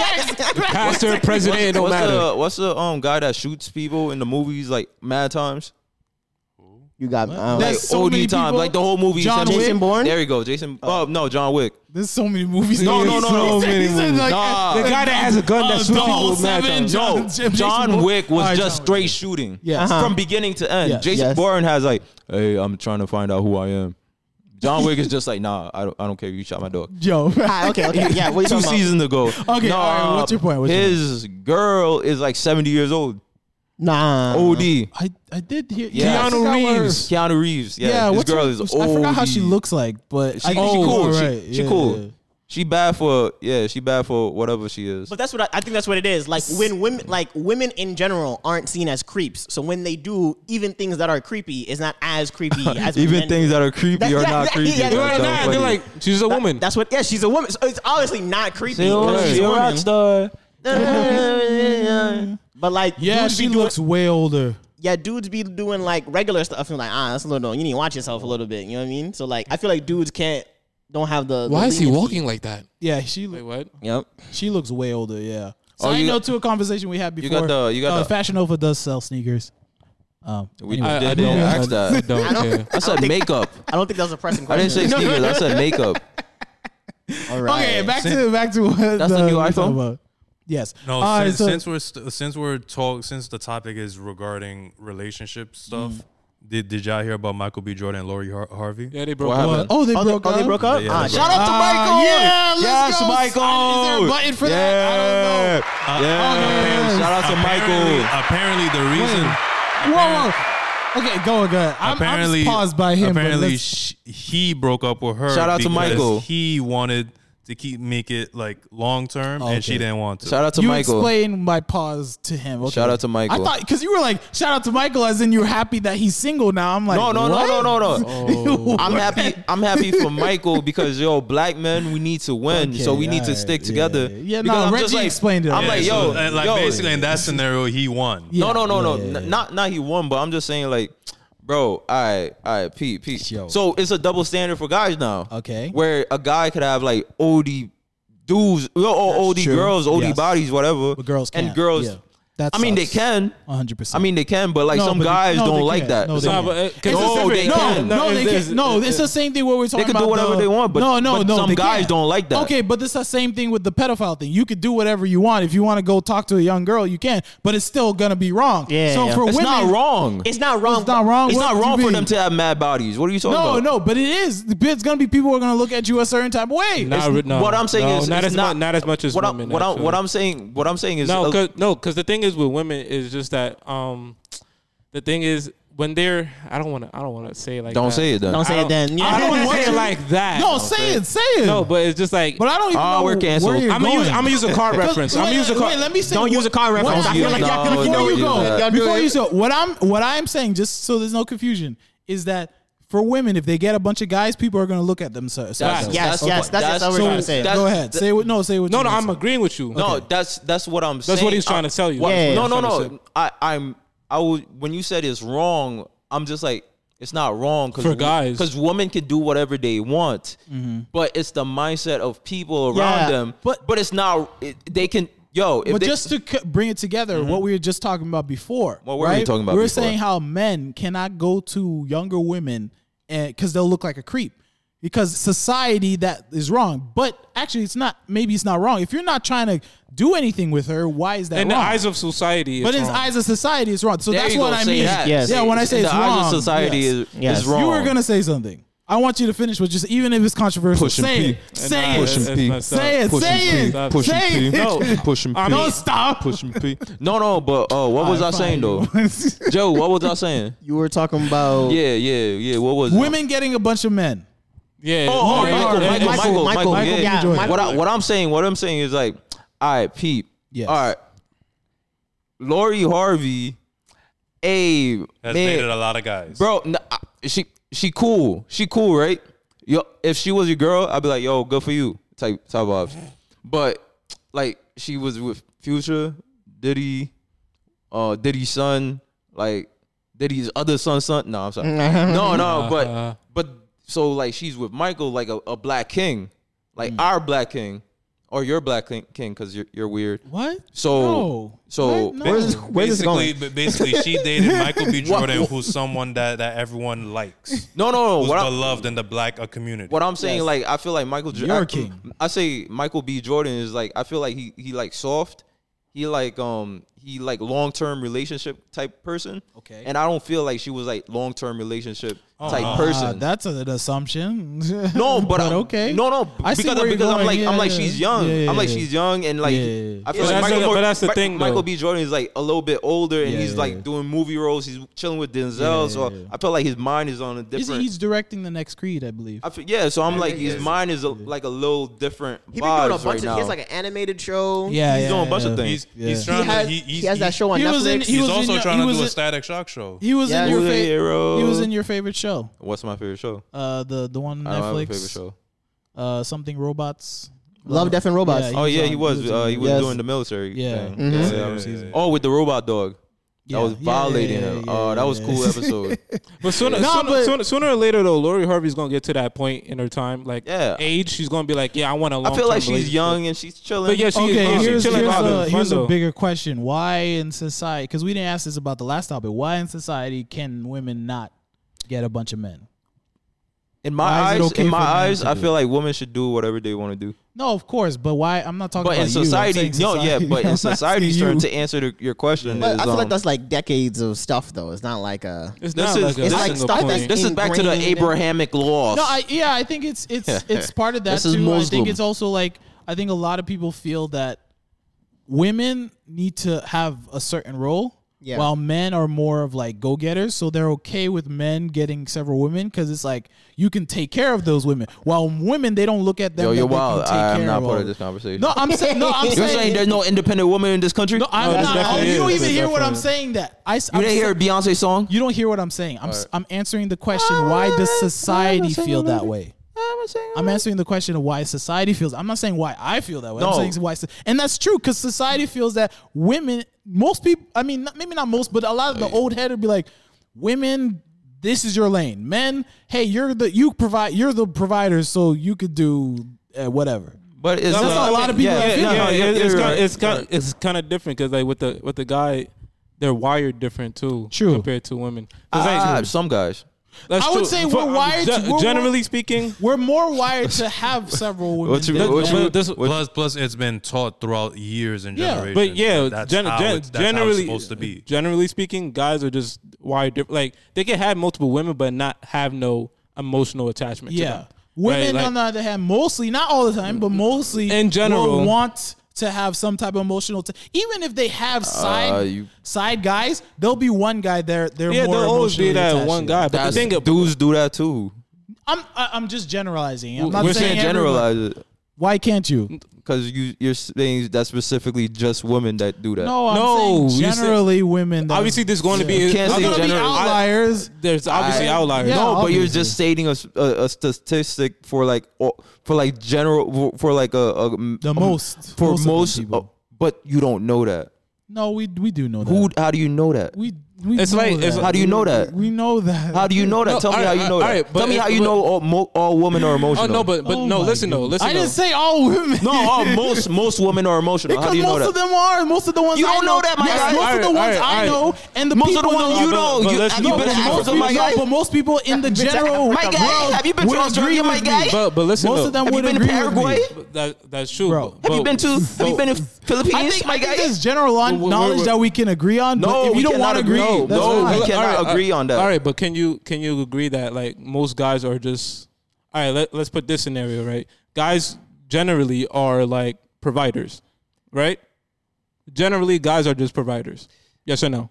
facts. Pastor, president, it don't what's matter. the what's the um guy that shoots people in the movies like mad times? You got me. Like That's- Um, like, There's so OD many time, people. like the whole movie. John Inception. Wick? Bourne? There you go, Jason. Oh no, John Wick. There's so many movies. No, no, no, no. He said- he said, like, Nah. The guy that has a gun that uh, shoots people with 007, mad times. John- No, Jason John Bourne. Wick was Alright, just John straight shooting. Yes. From beginning to end. Yes. Jason Yes. Bourne has like, hey, I'm trying to find out who I am. John Wick is just like, nah, I don't, I don't care. You shot my dog. Yo. ah, okay, okay, yeah. What are you Two talking about? seasons ago. alright, what's your point? What's your his girl is like 70 years old. Nah. Uh-huh. OD. I, I did hear Yeah. I forgot Keanu where- Reeves. Keanu Reeves. Yeah, Yeah, this what's girl her- is I old. forgot how she looks like, but She, I she think cool. she's She, alright. she Yeah, cool. yeah. She bad for yeah. She bad for whatever she is. But that's what I, I think. That's what it is. Like when women, like women in general, aren't seen as creeps. So when they do, even things that are creepy is not as creepy as when Even men- things that are creepy That- are yeah, not yeah, creepy. yeah, They're That's like, so nah, funny. they're like, she's a woman. That's what. Yeah, she's a woman. So it's obviously not creepy. She's a 'cause she's a woman. rock star. But like, Yeah, dudes she be doing, looks way older. yeah, dudes be doing like regular stuff and like, ah, that's a little. You need to watch yourself a little bit. You know what I mean? So like, I feel like dudes can't don't have the. the Why is he leniency. walking like that? Yeah, she Wait, looks. what? Yep. She looks way older. Yeah. So Oh, I you- know to a conversation we had before. You got the- you got uh, the- Fashion Nova does sell sneakers. Um, We anyway. I- did I not don't- ask I that. don't care. I said makeup. I don't think that was a pressing I question. didn't say sneakers. I said makeup. All right. Okay, back to back to what That's the new we're iPhone? talking about. Yes. No, All right, since, so- since we're st- since we're talk since the topic is regarding relationship stuff. Mm-hmm. Did, did y'all hear about Michael B. Jordan and Lori Har- Harvey? Yeah, they What broke happened? up. What? oh, they Oh, broke they, up. oh, they broke up. Yeah, ah, they shout broke out to up. Michael. Uh, Yeah, let's yes, go. Michael. Is there a button for yeah. that? I don't know. Yeah. okay. Shout out to Apparently- uh, Michael. Apparently, the reason. Whoa, whoa. Okay, go on, go on. I'm, apparently, I'm just paused by him. but Apparently, let's- sh- he broke up with her. Shout out to because Michael. He wanted to keep make it like long term, Oh, and she okay. didn't want to. Shout out to you Michael. explain my pause to him. Okay. Shout out to Michael. I thought because you were like, shout out to Michael, as in you're happy that he's single now. I'm like, No, no, what? no, no, no, no. I'm happy. I'm happy for Michael because yo, black men, we need to win, Okay, so we need to alright, stick yeah. together. Yeah, no, Because I'm just Reggie like- explained it I'm Yeah, like, so, yo, uh, like yo, basically in that scenario, he won. Yeah, no, no, no, no, yeah, yeah, yeah. N- not not he won, but I'm just saying like, bro, all right, all right, Pete, Pete. Yo. So it's a double standard for guys now. Okay. where a guy could have like OD dudes, well, or OD true. girls, OD Yes. bodies, whatever, But girls and can't. girls. Yeah. That I mean, they sucks. can. 100%. I mean, they can, but like No, some but- guys no, don't they like can't. that. No, they Nah, can't. but, uh, 'cause it's No, oh, they different. can. No, no, they it's- can't. No, it's the same thing. What we're talking could about. do whatever the- they want, but- no, no, but no. some they guys can't. don't like that. Okay, but it's the same thing with the pedophile thing. You could do whatever you want. If you want to go talk to a young girl, you can, but it's still gonna be wrong. Yeah, So yeah. for It's women, not wrong. It's, It's not wrong. It's not wrong. What not do you wrong for mean? them to have mad bodies. What are you talking No, about? no, but it is. It's gonna be people who are gonna look at you a certain type of way. Nah, re- no, what I'm saying no, is not it's as not mu- not as much as what women, I'm what I'm, actually. what I'm saying. What I'm saying is No, uh, cause, no, because the thing is with women is just that. Um, the thing is when they're. I don't want to. I don't want to say it like. don't that. say it then. Don't say it then. I don't want to say it to. like that. no, say it, say it. no, but it's just like. but I don't even Ah, know we're canceled. where you're I'm gonna going. use. I'm gonna use a car reference. I'm wait, gonna use a car. Wait, let me say. Don't use a car what- reference. I Don't feel do like that. y'all- No, before don't you do go, that. Don't do before it. you so what I'm what I'm saying, just so there's no confusion, is that for women, if they get a bunch of guys, people are gonna look at them. So, so- That's- Yes, yes, what- yes, that's- that's what we're trying to say. that's- go ahead, say what. No, say what. No, you no, wanna I'm say. agreeing with you. No, that's that's what I'm saying. what he's trying I- to tell you. what- Yeah, yeah, no, yeah. no, That's what no. I, I'm I was when you said it's wrong. I'm just like it's not wrong For guys. because women can do whatever they want, but it's the mindset of people around Mm-hmm. Yeah, them. but- But but it's not. It, they can yo. If But they, Mm-hmm. just to c- bring it together, what we were just talking about before. What were we right? talking about We were before? saying how men cannot go to younger women because they'll look like a creep. Because society that is wrong. But actually, it's not. Maybe it's not wrong. If you're not trying to do anything with her, why is that in the wrong? eyes of society, it's but in the wrong. eyes of society, it's wrong. So there that's you go, what I say mean. that. Yes. Yeah, when I say In it's the eyes wrong, of society yes. is, Yes. is You wrong. You were gonna say something. I want you to finish with just even if it's controversial. Push and say pee. it. Say Nah, it. it's- it's pee. messed up. Say it. Say it. Push and Say it. No. push him. I Don't mean, stop. push him. No, no, but uh, what was I, saying though, Joe? What was I saying? You were talking about Yeah, yeah, yeah. What was Women getting a bunch of men. yeah. Oh, yeah, Michael, yeah, Michael, yeah. Michael, Michael, Michael, yeah. Michael, yeah, Michael. What, I, what I'm saying, what I'm saying is like, all right, Pete. Yes. All right. Lori Harvey, hey Has dated a man, lot of guys. bro, n- I- she she cool, she cool, right? Yo, if she was your girl, I'd be like, yo, good for you, type type of. But like, she was with Future, Diddy, uh, Diddy's son, like Diddy's other son, son. No, I'm sorry. no, no, but but so like she's with Michael, like a, a black king, like our black king, or your black king, king, because you're you're weird. What? So No. so What? No. Where's- where's this basically, going? ba- basically, she dated Michael B. Jordan, who's someone that, that everyone likes, no, no, no. who's What I, beloved in the black uh, community. what I'm saying, like I feel like Michael. Jor- You're I- king. I say Michael B. Jordan is like I feel like he he like soft. He like um he like long term relationship type person. Okay. And I don't feel like she was like long term relationship type Uh, person. that's an assumption. No, but, I- okay. No, no, I see because where you're because I'm going. like I'm Yeah, like yeah. she's young. Yeah, yeah, I'm like yeah. she's young and like Yeah, yeah, yeah. I feel Yeah, like that's Michael, the- Mor- but that's the Mi- thing, though. Michael B. Jordan is like a little bit older and Yeah, he's yeah, like yeah. doing movie roles. He's chilling with Denzel, so yeah. I feel like his mind is on a He's, different. he's directing the next Creed, I believe. I feel, yeah, so I'm like his mind is a, like a little different. He been doing a bunch right of. now. He has like an animated show. yeah, he's yeah, doing a bunch yeah. of things. he's Yeah. he's He trying He, has, to. He, he's, he has that show on he Netflix. was in- he He's was also your- trying he to was do a in- Static Shock show. He was Yeah, in he your was a favorite. hero. He was in your favorite show. What's my favorite show? Uh, the the one on I don't have a Netflix. favorite show. Uh, something robots. Love, Death, and Robots. He Oh was yeah, on- he was. he was uh, on- he was Yes. doing the military. Yeah. thing. Yeah, yeah, yeah, yeah. yeah. Oh, with the robot dog. Yeah. That was Yeah, yeah, violating yeah, him. yeah, Oh, that was yeah. cool episode. But sooner, No, sooner, but- sooner, sooner or later, though, Lori Harvey's gonna get to that point in her time, like Yeah. age. She's gonna be like, yeah, I want a long. I feel like she's young and she's chilling. but yeah, she okay, is, here's, she's chilling. here's out a, having here's fun, a though. bigger question. Why in society, because we didn't ask this about the last topic, why in society can women not get a bunch of men? in my Why is eyes, it okay in my for men eyes, to I do feel like women should do whatever they want to do. No, of course, but why? I'm not talking But about in society, you. no, yeah. But in society, starting to answer the, your question But is, I feel like um, that's like decades of stuff, though. It's not like a. This It's not is- like a it's like single stuff point. that's- this is back to the ingrained- Abrahamic law. No, I yeah, I think it's it's it's part of that This is too. I Muslim. think it's also like I think a lot of people feel that women need to have a certain role. Yeah. While men are more of like go getters, so they're okay with men getting several women because it's like you can take care of those women. While women, they don't look at them. Yo, that you're they can wild. take I am care not of part all. of this conversation. No, I'm saying no. I'm You're saying saying, there's no independent woman in this country? no. I'm No, that's not. definitely you don't is. even That's hear what I'm definitely- saying. That I. s- you I'm didn't hear a Beyonce song? You don't hear what I'm saying. I'm s am answering the question. Why does society feel that way? I'm answering the question of why society feels. I'm not saying why I feel that way. No. I'm saying why, so- and that's true because society feels that women, most people, I mean, not, maybe not most, but a lot of the old head would be like, women, this is your lane. Men, hey, you're the you provide, you're the provider, so you could do uh, whatever. But it's That's not- a lot of people that feel yeah, No, no, yeah, you're- it's you're kind right. it's kind it's kind of different because like with the with the guy, they're wired different too. True. compared to women. 'Cause, like, Ah, some guys. that's I would true. say we're wired to- we're generally wi- speaking, We're more wired to have several women. What you- than what men. you- but this- plus, plus, it's been taught throughout years and Yeah. generations. but yeah, that that's, gen- how gen- it's, that's how it's generally supposed to be. Generally speaking, guys are just wired different. Like they can have multiple women, but not have no emotional attachment. to yeah. them. Women, Right, like- on the other hand, mostly not all the time, but mostly In general. will want to have some type of emotional. T- Even if they have side Uh, you- side guys, there'll be one guy they're they're yeah, more there'll always emotionally be that attached one to. guy. But the That's- thing, ab- dudes do that too. I'm I- I'm just generalizing. I'm not We're saying saying generalize. Generalize Uh, it Why can't you? because you you're saying that specifically just women that do that. No, uh, I'm No, saying you said- generally women. That obviously, there's going to be You can't I'm say gonna be general- out- outliers. There's obviously I- outliers. Yeah, no, but you're obviously. just stating a, s- a- a statistic for like o- for like general for, for like a, a The most- for most of most, them people. uh, but you don't know that. no, we we do know that. Who? How do you know that? we we It's know like- that. it's like- How do you know that? we know that. How do you know that? No, Tell me all how right, you know all that. right, but Tell me it- how you but- know all, mo- all women are emotional. Oh no, but but Oh no, my listen though, goodness. listen I though. didn't say all women. no, all, most most women are emotional. How Because do you most know that? of them are. Most of the ones You I don't know that, my yes, guy. Most of the Alright, ones I alright, know, and the most of people the ones you but- know, but you, let's- have no, you but been to most Africa, people- my no, guy? but most people in the general My guy, world have you been to would Australia, agree my with guy? me. But but listen most though, of them Have you would been to agree with me. Paraguay? that that's true. Bro. but- Have you but- been to? Have you but- been to Philippines, I think, my I think guy? there's general on- Wait, wait, knowledge wait. that we can agree on. No, but if we you don't cannot want to agree, agree. that's No, fine. we Well, cannot alright, agree alright, on that. All right, but can you can you agree that like most guys are just all right? Let, let's put this scenario right. Guys generally are like providers, right? Generally, guys are just providers. Yes or no?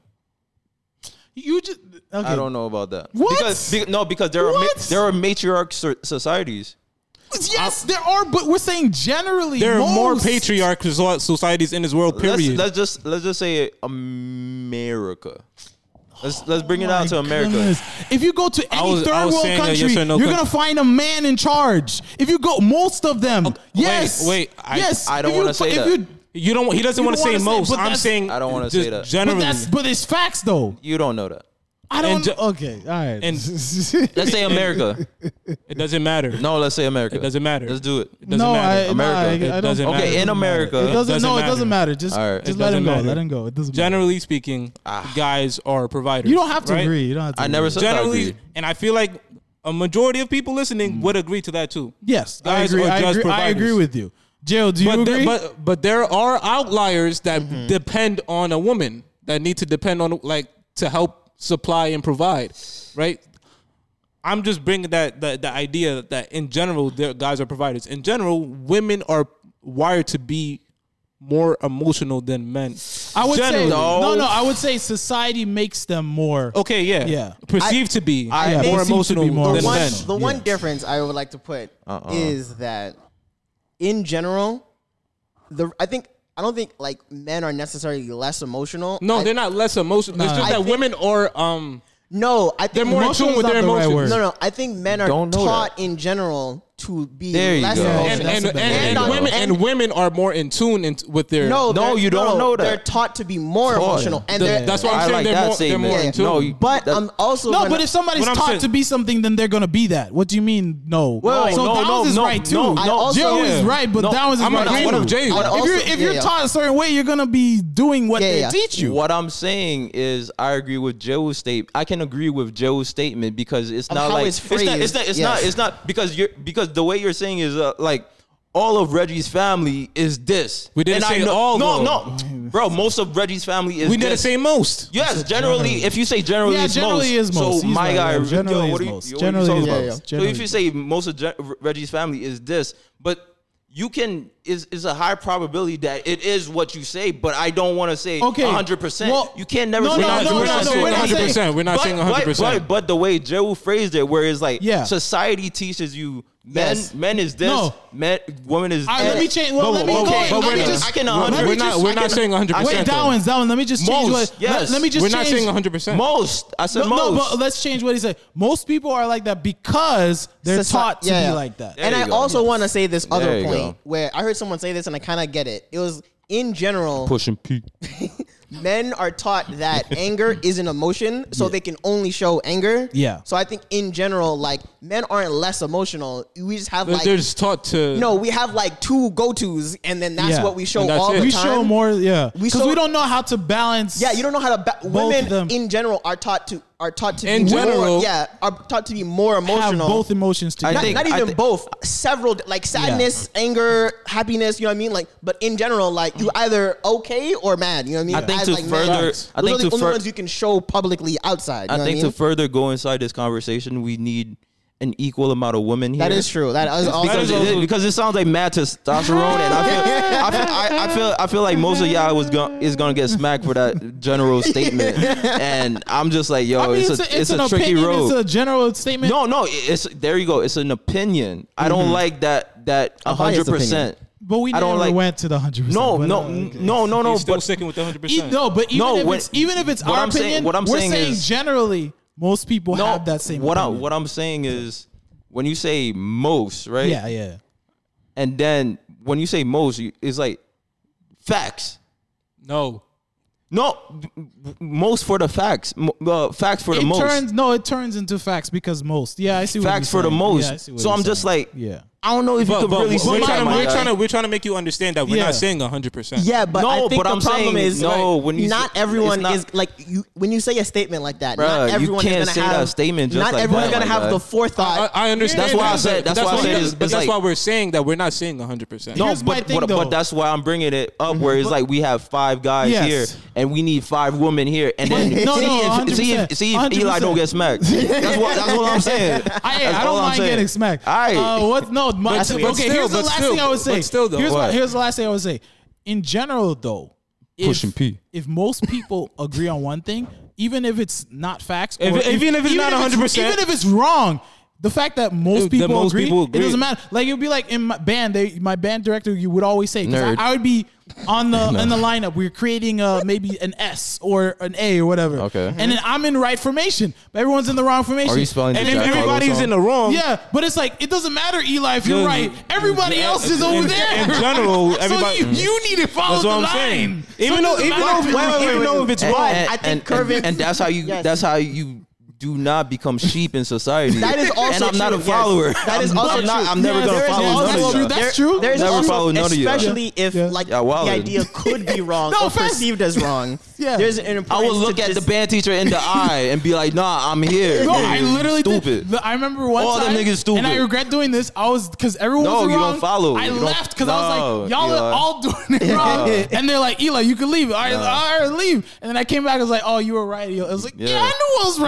You just okay. I don't know about that. What? Because be- no, because there are ma- What? there are matriarch so- societies. Yes, there are, but we're saying generally There are more most. patriarchal societies in this world. Let's, Period. let's just let's just say America. Let's let's bring it My out Oh to America. goodness. If you go to any was- I third was world saying a yes country, or no you're que- gonna find a man in charge. If you go, most of them. yes. wait, I- yes. I don't If you- wanna say if that. you- you don't. He doesn't You want to don't say wanna say, most. but I'm that's- saying I don't wanna just say that. But but Generally, that's but it's facts though. You don't know that. I don't. And ju- okay. All right. and- Let's say America. it doesn't matter. No, No, let's say America. It doesn't matter. Let's do it. it doesn't no, matter. I, America. no, I- I It don't- doesn't Okay, matter. in America, It doesn't. Doesn't No, it matter. doesn't matter. Just, All right. just It let doesn't him go. matter. Let him go. It doesn't. matter. generally speaking, guys are providers. Ah. You don't have to right? agree. You don't have to. I never agree. said I Generally, agree. Mm. and I feel like a majority of people listening would agree to that too. Yes, I Guys agree. are I just agree, I agree providers. with you. Jail, do you But, agree? there, but but there are outliers that Mm-hmm. depend on a woman that need to depend on like to help supply and provide, right? I'm just bringing that the, the idea that in general there, guys are providers. In general, women are wired to be more emotional than men. I would Generally. say no. no, I would say society makes them more. Okay, yeah, Yeah. Perceived to be Yeah, more perceived to emotional be more than emotional. one, men. the one Yes. difference I would like to put is that in general, the I think I don't think like men are necessarily less emotional. No, I- they're not less emotional. it's just I that think- women are um No, I think they're more in Emotional tune is with not their the right emotions. word. No, no, I think men are Don't know taught that. in general to be There you less go. emotional. and, and, That's and, a better and word. women And- and women are more in tune in, with their No, no, they're- you don't know that. They're taught to be more Taught. emotional, and The- they're, that's why I'm I saying like they're that more, they're statement. more Yeah, in tune. No, you- But that- I'm also No, gonna- but if somebody's What I'm taught saying- to be something, then they're gonna be that. What do you mean? No. Well, so no, Downs no, is no, right too. no, No, no. I also- Joe is yeah. right, but No, Downs is I'm right agreeing too. with Jay. If I also- you're if you're yeah, yeah. taught a certain way, you're gonna be doing what Yeah, they yeah. teach you. What I'm saying is, I agree with Joe's statement. I can agree with Joe's statement because it's Of not how like it's it's not. It's phrased, not. It's yes. not. It's not because you're because the way you're saying is uh, like all of Reggie's family is this. We didn't And I say know- all, No, though. no, bro. Most of Reggie's family is. we did this. the same most. Yes, generally, if you say generally, Yeah, is generally most. is most. So He's my right, guy, yeah. yo, Generally what is are you- most. yo, what are you Generally talking is about? most. So if Generally you is say most of Gen- Reggie's family is this, but you can is is a high probability that it is what you say, but I don't want to say Okay. hundred percent. Well, You can never no, say no, We're not- no, 100%. we're not no, saying we're not 100%. saying- we're not but, saying but- 100%. But, but the way Joe phrased it, where it's like Yeah. society teaches you men Yes. men is this, No. men woman is All right, that. let me change. Well, let me whoa, go. okay, let but me we're just- I can let me 100 We're just- not. We're I not can- saying 100. I Wait, can- Downs, Downs. Let me just change. Most, what, yes. let, let me just. We're not change- saying 100%. most. I said No, most. no, but let's change what he said. Most people are like that because they're Soci- taught to yeah, be yeah. like that. There and you I go. also want to say this There other you point go. where I heard someone say this, and I kind of get it. It was in general pushing P. men are taught that anger is an emotion, so they can only show anger. Yeah. So I think in general, like men aren't less emotional. We just have like They're just taught to no, we have like two go tos, and then that's Yeah. what we show And that's all it. the we time. show more, yeah, We because show- we don't know how to balance. Yeah, you don't know how to. Ba- women them. in general are taught to are taught to In be More, general. yeah, are taught to be more have emotional. both emotions together. not, think- not I even thi- both. Several like sadness, anger, happiness. You know what I mean? Like, but in general, like you either okay or mad. You know what I mean? I think As, to like, men, further- those I think are the to only fur- ones you can show publicly outside. You I know think what I to mean? further go inside this conversation, we need an equal amount of women here. that is true. Oh, That is also Because, it, because it sounds like mad testosterone, and I feel, I feel, I, I feel, I feel like most of y'all was going is gonna get smacked for that general statement, and I'm just like, yo, I mean, it's, a, it's, a tricky opinion, road. It's a general statement. no, no, it's there. You go. It's an opinion. I don't like that. That Mm-hmm. biased hundred percent. but we I never don't like. went to the hundred. no, no, uh, no, no, no. He's still but- sticking with the hundred E- percent. no, but even No, if what- it's even if it's what our I'm saying- opinion, what I'm we're saying is- generally most people have that same. What opinion. I'm what I'm saying is when you say most, right? Yeah, yeah. And then when you say most, you, it's like facts. no. No, most for the facts. Mo- Uh, facts for the it most. turns no, it turns into facts because most. Yeah, I see. What Facts you're for the saying. most. Yeah, I see what So you're I'm just saying. like- yeah. I don't know if you But, could but really we're, see trying to, my we're guy. trying to we're trying to make you understand that we're Yeah. not saying hundred percent. Yeah, but No, I think but the I'm problem saying, is no, like, when you not say- everyone it's not- is like you when you say a statement like that. Bruh, not you everyone can't is gonna say that have statement just not like everyone's that, gonna my have the guy. I, forethought. I understand. That's why I said- that's why I why- said it's- But it's that's like- why we're saying that we're not saying hundred percent. No, Here's my but, thing, but, though. Mm-hmm. but that's why I'm bringing it up. Where it's like we have five guys Yes. here, and we need five women here, and then But- no, see, no, if, see 100%, if see if Eli don't get smacked. That's what that's what I'm saying. I, That's I all don't I'm mind saying. getting smacked. All right. Uh, what? No. My, But- but okay. still, here's the but last still, thing I would say. but still, though. here's What? what? here's the last thing I would say. In general, though, if, Push and pee. If most people agree on one thing, even if it's not facts, If- or even if it's not 100%. even if it's wrong. The fact that most Dude, that people most agree, people agree. it doesn't matter. Like it would be like in my band, they my band director, you would always say, 'cause Nerd. I, I would be on the in the lineup. We're creating uh maybe an S or an A or whatever. Okay. and then I'm in right formation, but everyone's in the wrong formation. Are you spelling and the if Jack Harlow everybody's song? in the wrong, Yeah, but it's like it doesn't matter, Eli, if you're Yeah, right. Everybody yeah, else is in- over there. in general, everybody- So you, you need to follow That's what the I'm line. saying. Even though, even though, if even wait, wait, though wait. if it's And- wrong, and- I think and- Curvin- and, and that's how you Yes. that's how you do not become sheep in society. That is also and I'm not true, a yes. follower. That is I'm, also I'm not, true. I'm never Yes, gonna there is follow also none of true. y'all. That's There- true. There's Never also, follow none of y'all. especially if Yeah. like Yeah, wild. the idea could be wrong No or offense. perceived as wrong. Yeah. there's an I importance. will look to at the just- band teacher in the eye and be like, Nah, I'm here. No, I literally stupid. Did, the- I remember one All them time, niggas stupid. and I regret doing this. I was because everyone No, was you don't wrong. follow. I You don't- left because I was like, No, y'all Eli. are all doing it wrong, Yeah. and they're like, Eli, you can leave. All right, all right, leave. And then I came back. I was like, oh, you were right. Eli. I was like, yeah, Yeah. Uh. I knew I was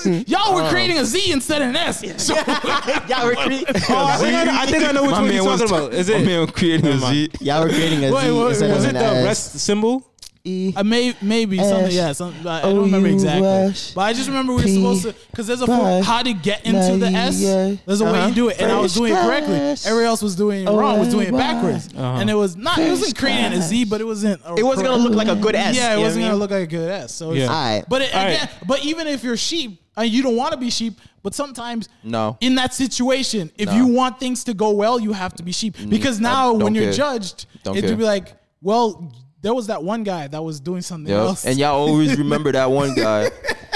right. y'all were creating a Z instead of an S. So Yeah, we're creating. oh, I think I know- I think I know which My one man you're was talking about. Is My it? man creating a mind. Z. Y'all were creating a Z Wait, wait, instead Was of it an the S. rest symbol? E. I Uh, may maybe something, yeah. Some, I- I don't remember Oh, you exactly, rush, but I just remember we were supposed to because there's a form, but how to get into the now S. you- yeah. There's a way you do it, and I was First doing it correctly. class. Everybody else was doing it wrong, was doing it Oh, I- backwards, and it was not. It wasn't creating a Z, but it wasn't. A It wasn't gonna look like a good S. Yeah, it you wasn't know what I gonna mean? look like a good S. So it's, Yeah. Alright. but it, Alright. again, but even if you're sheep, uh, you don't want to be sheep. But sometimes, No. in that situation, if you want things to go well, you have to be sheep because now Mm, don't when you're care. judged, Don't it'd care. be like, well, there was that one guy that was doing something Yep. else, And y'all always remember that one guy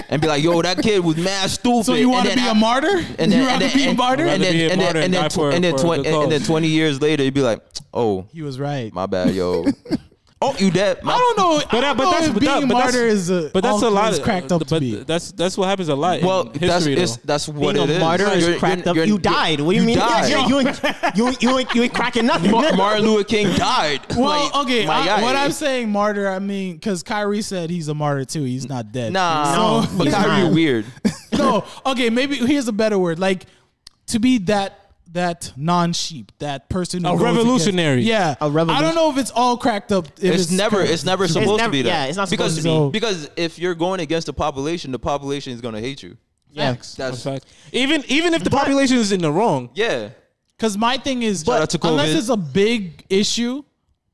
and be like, yo, that kid was mad stupid. So you want to And be then a I- martyr? And then, you and rather then, be a and- martyr? and Rather then, be a and then, martyr and and then, die for- tw- and then, for a twen- good and then cause. 20 years later, you'd be like, oh, he was right. my bad, yo. oh, you dead. My- I don't know. But that, I don't but know that's if but being that- a but that's- martyr is uh, a, but that's a all lot it's of- cracked up to but be. That's that's what happens a lot. Well, in history, that's it's, though. that's what being it a is. martyr is You're- cracked you're- up. you're- You died. What do you, mean? died. Yeah, you, ain't- you, ain't- you, ain't- you ain't cracking nothing. Ma- Martin Luther King died. well, Like, okay. my I- guy. what I'm saying, martyr. I mean, because Kyrie said he's a martyr too. He's not dead. Nah, So- but Kyrie weird. no. Okay, maybe here's a better word. Like to be that that non sheep, that person, who A goes revolutionary. Against, yeah, A revolution- I don't know if it's all cracked up. If It's, never. It's never supposed never- to be that. yeah, it's not because supposed to be. So- because if you're going against the population, the population is gonna hate you. Yeah. That's That's fact. Even even if the population is in the wrong, yeah. Because my thing is, Shout out to unless COVID. it's a big issue,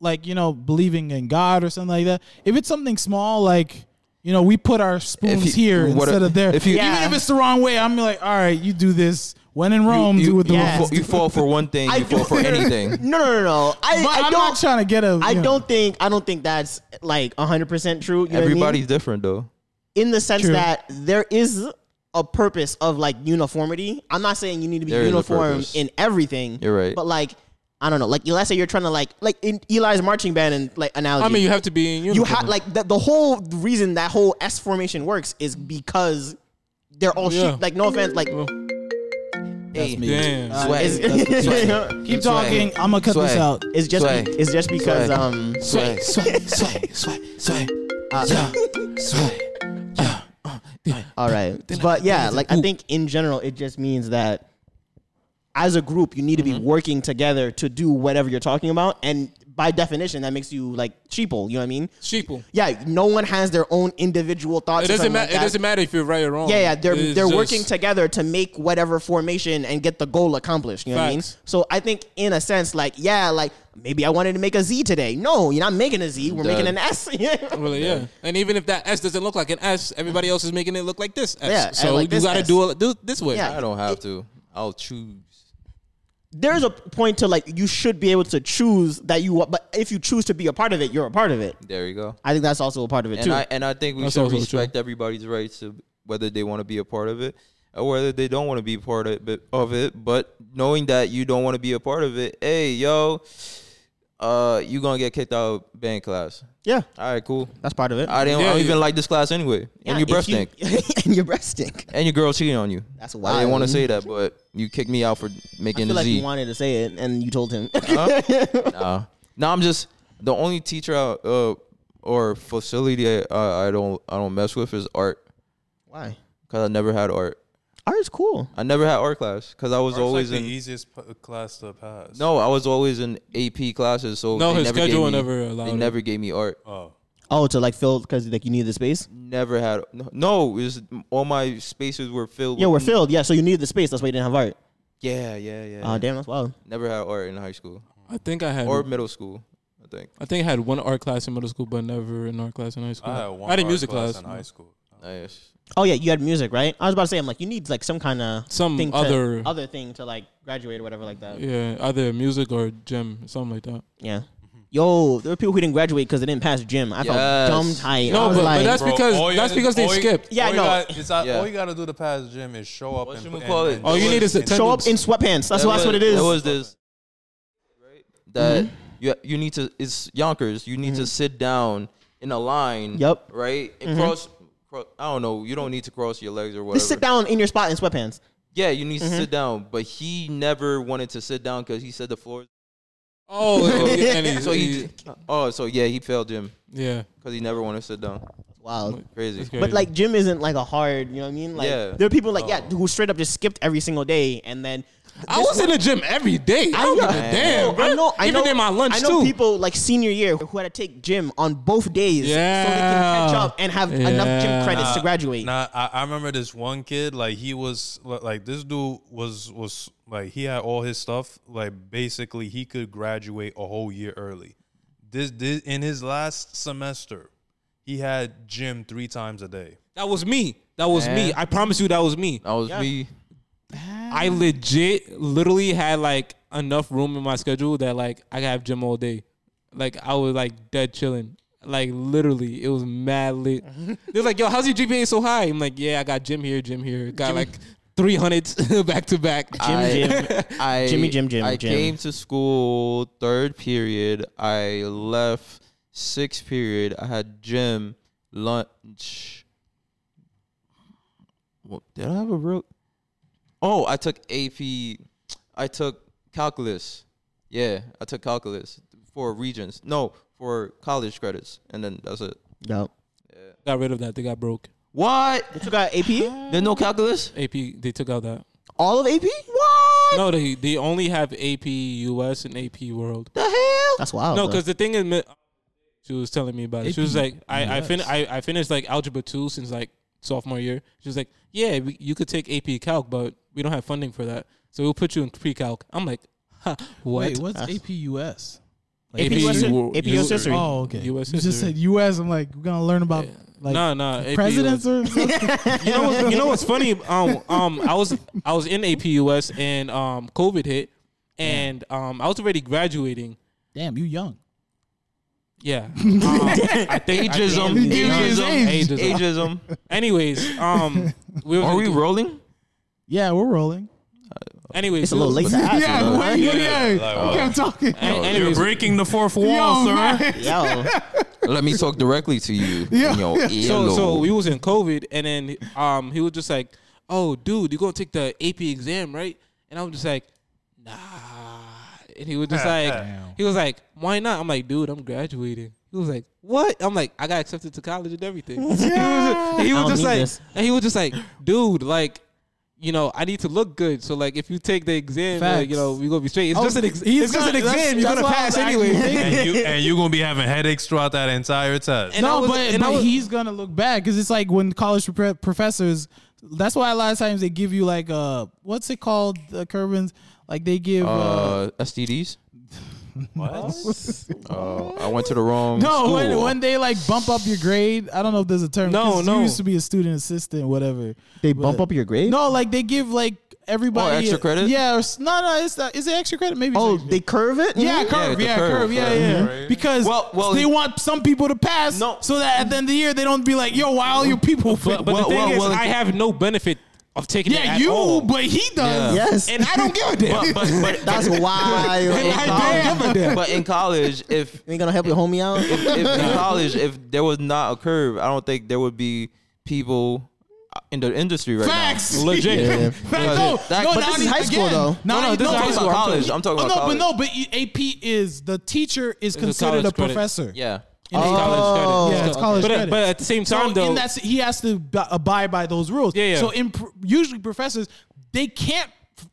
like you know, believing in God or something like that. If it's something small, like you know, we put our spoons you- here what- instead of there. if you- Even Yeah. if it's the wrong way, I'm like, all right, you do this. When in Rome, you, do with the you Romans. fall- you fall for one thing, you fall for anything. No, no, no, no. I, But I I'm don't. not trying to get a. I you know, don't think. I don't think that's like hundred percent true. You know what I mean? Everybody's different though. in the sense True. that there is a purpose of like uniformity. I'm not saying you need to be There is a uniform purpose. in everything. You're right. But like, I don't know. Like, let's say you're trying to like like in Eli's marching band and like analogy. I mean, you have to be in you uniform. have like the, the whole reason that whole S formation works is because they're all Yeah. sheep. Like, no offense, like. Well, Hey, Damn. swag. it's, That's what swag. Keep Swag. talking. I'm gonna cut this Swag. out. it's just Swag. be- it's just because Swag. um Swag. Swag, swag, swag, swag. Uh, Yeah. Uh, All right. But yeah, like I think in general, it just means that as a group, you need to be Mm-hmm. working together to do whatever you're talking about. And by definition, that makes you like sheeple. You know what I mean? sheeple. Yeah, no one has their own individual thoughts. It or doesn't something matter. like it that. doesn't matter if you're right or wrong. Yeah, yeah, they're It's they're just- working together to make whatever formation and get the goal accomplished. You know what I mean? Facts. So I think in a sense, like yeah, like maybe I wanted to make a Z today. No, you're not making a Z. We're making Duh. an S. yeah. Really, yeah. And even if that S doesn't look like an S, everybody else is making it look like this S. Yeah, and so like you this got to S. do it do it this way. Yeah. I don't have to. I'll choose. there's a point to like you should be able to choose that you want, but if you choose to be a part of it, you're a part of it. There you go. I think that's also a part of it And too. I and I think we That's should also respect everybody's rights to whether they want to be a part of it or whether they don't want to be part of it, of it. But knowing that you don't want to be a part of it, hey yo, uh, you gonna get kicked out of band class. yeah, All right, cool. that's part of it. I didn't. Yeah, I don't yeah. even like this class anyway. Yeah, and your if breath you- stink. and your breast stink. And your girl cheating on you. That's I didn't want to wild. say that, but you kicked me out for I making the feel like Z. you wanted to say it and you told him. Nah. No, I'm just the only teacher I, uh, or facility I, I I don't I don't mess with is art Why? because I never had art. Art is cool. I never had art class because I was always like the in easiest p- class to pass. no, I was always in AP classes. So No, they his never gave schedule me- never allowed They it. never gave me art. Oh. Oh, to like fill because like you needed the space. Never had no. no it was, all my spaces were filled. Yeah, with, we're filled. Yeah, so you needed the space. That's why you didn't have art. Yeah, yeah, yeah. Oh, damn, that's wild. Never had art in high school I think I had or middle school. I think I think I had one art class in middle school, but never an art class in high school. I had one I had a art music class, class. in high school. nice. Oh yeah, you had music, right? I was about to say, I'm like, you need like some kind of Some thing to- other- other thing to like graduate or whatever like that. Yeah, either music or gym, something like that. Yeah. Yo, there were people who didn't graduate because they didn't pass gym. I Yes. felt dumb tight. I No, was but, like, but that's Bro, all because you that's gotta- because they all you- skipped. Yeah, all you no. got- it's not- Yeah. All you got to do to pass gym is show up. What and, should we and- call it? and All do Oh, you need is and- attendance. show up in sweatpants. That's, That was- that's what it is. Mm-hmm. That was this. right? That you you need to it's Yonkers. You need to sit down in a line. Yep. Right. And cross, cross. I don't know. You don't need to cross your legs or whatever. Mm-hmm. Just sit down Mm-hmm. in your spot in sweatpants. Yeah, you need to sit down. But he never wanted to sit down because he said the floor. Oh, and, and he, So he. Oh, so yeah, he failed him yeah. because he never wanted to sit down. Wow. Crazy. Okay. But like gym isn't like a hard, you know what I mean? Like Yeah. Oh. there are people like yeah who straight up just skipped every single day and then I was in the gym every day. I don't give a damn, bro. I know I Even know in my lunch I know too. people like senior year who had to take gym on both days so they Yeah. can catch up and have enough Yeah. gym credits to graduate. Nah, I, I remember this one kid. Like he was li- like this dude was was like he had all his stuff. Like basically, he could graduate a whole year early. This, this in his last semester, he had gym three times a day. That was me. That was me. I promise you, that was me. That was me. I legit, literally had like enough room in my schedule that like I could have gym all day. Like I was like dead chilling. Like literally, it was mad lit. They're like, "Yo, how's your GPA so high?" I'm like, "Yeah, I got gym here, gym here. Got like three hundreds back to back." I, Jim. I, Jimmy, Jim, Jim, I Jim. came to school third period. I left sixth period. I had gym, lunch. What, did I have a real? Oh, I took AP. I took calculus. Yeah, I took calculus for regents. No, for college credits, and then that's it. no. got rid of that. They got broke. What? But you got AP? There's no calculus? AP. They took out that. All of AP? What? No, they they only have AP US and AP World. The hell? That's wild. No, though. because the thing is, mi- she was telling me about it. She was like, I I, fin- I I finished like algebra two since like sophomore year. She was like, yeah, we, you could take AP Calc, but we don't have funding for that, so we'll put you in pre Calc. I'm like, huh, what? Wait, what's APUS? Like, AP Western- World- AP U- U.S. history. Oh, okay. U.S. you just history. said U.S. I'm like, we're gonna learn about like nah, nah. AP presidents or you know, what, you know what's funny? Um, um, I was I was in APUS and um, COVID hit, and um, I was already graduating. damn, you young. Yeah, um, I think Ageism. I think- Ageism. ageism. Ageism. Anyways, um, we were Are we rolling? Yeah, we're rolling. Anyways, It's a little we was- late to ask. Yeah, though. wait, yeah, yeah. like, uh, we kept talking. An- Oh, You're anyways, breaking the fourth wall, sir. man. Yo, Let me talk directly to you. Yeah, in your so so earlobe. we was in COVID, and then um, he was just like, "Oh, dude, you gonna take the AP exam, right?" And I was just like, "Nah." And he was just like, "He was like, why not?" I'm like, "Dude, I'm graduating." He was like, "What?" I'm like, "I got accepted to college and everything." he was I don't just need like, this. and he was just like, dude, like, you know, I need to look good. So like, if you take the exam, like, you know, Facts. we gonna be straight. It's Oh, just an ex- he's it's just an not- that's- exam. You're that's gonna what I pass was anyway. actually thinking. and you and you're gonna be having headaches throughout that entire test. And I no, was- but, and I but was- he's gonna look bad because it's like when college pre- professors. That's why a lot of times they give you like uh, what's it called, the Kerbins? Like they give uh, uh, STDs. Uh, I went to the wrong no school. when, when they like bump up your grade. I don't know if there's a term. No, 'cause no. You used to be a student assistant, whatever. they bump But- up your grade. No, like they give like everybody Oh, extra credit? Yeah, or, s- no, no, it's not, is it extra credit? Maybe. it's Oh, extra they curve it. Yeah, Mhm. curve. the Yeah, curve. curve, Yeah, right. yeah. Because Well- well- they want some people to pass, No. so that at the end of the year they don't be like, "Yo, why all your people?" But, but Well, the thing well, is, well, I have no benefit of taking it yeah, at you, all. but he does. Yeah. Yes, and I don't give a damn. but, but, that's wild. I don't give a damn. but in college, if Ain't gonna help your homie out. if in college, if there was not a curve, I don't think there would be people uh, in the industry right Facts. Legit. Facts. No, That- no, but not this is even- high school, again, though. not No, no, even- this is high but- school. I'm talking about I'm talking Oh, about no, but no, but you- AP is the teacher is considered a college credit. professor. now. Yeah. It's college credit. Oh, Yeah, it's college but, uh, credit. but at the same time, so though, in that, he has to b- abide by those rules. Yeah, yeah. So in, pr- usually professors they can't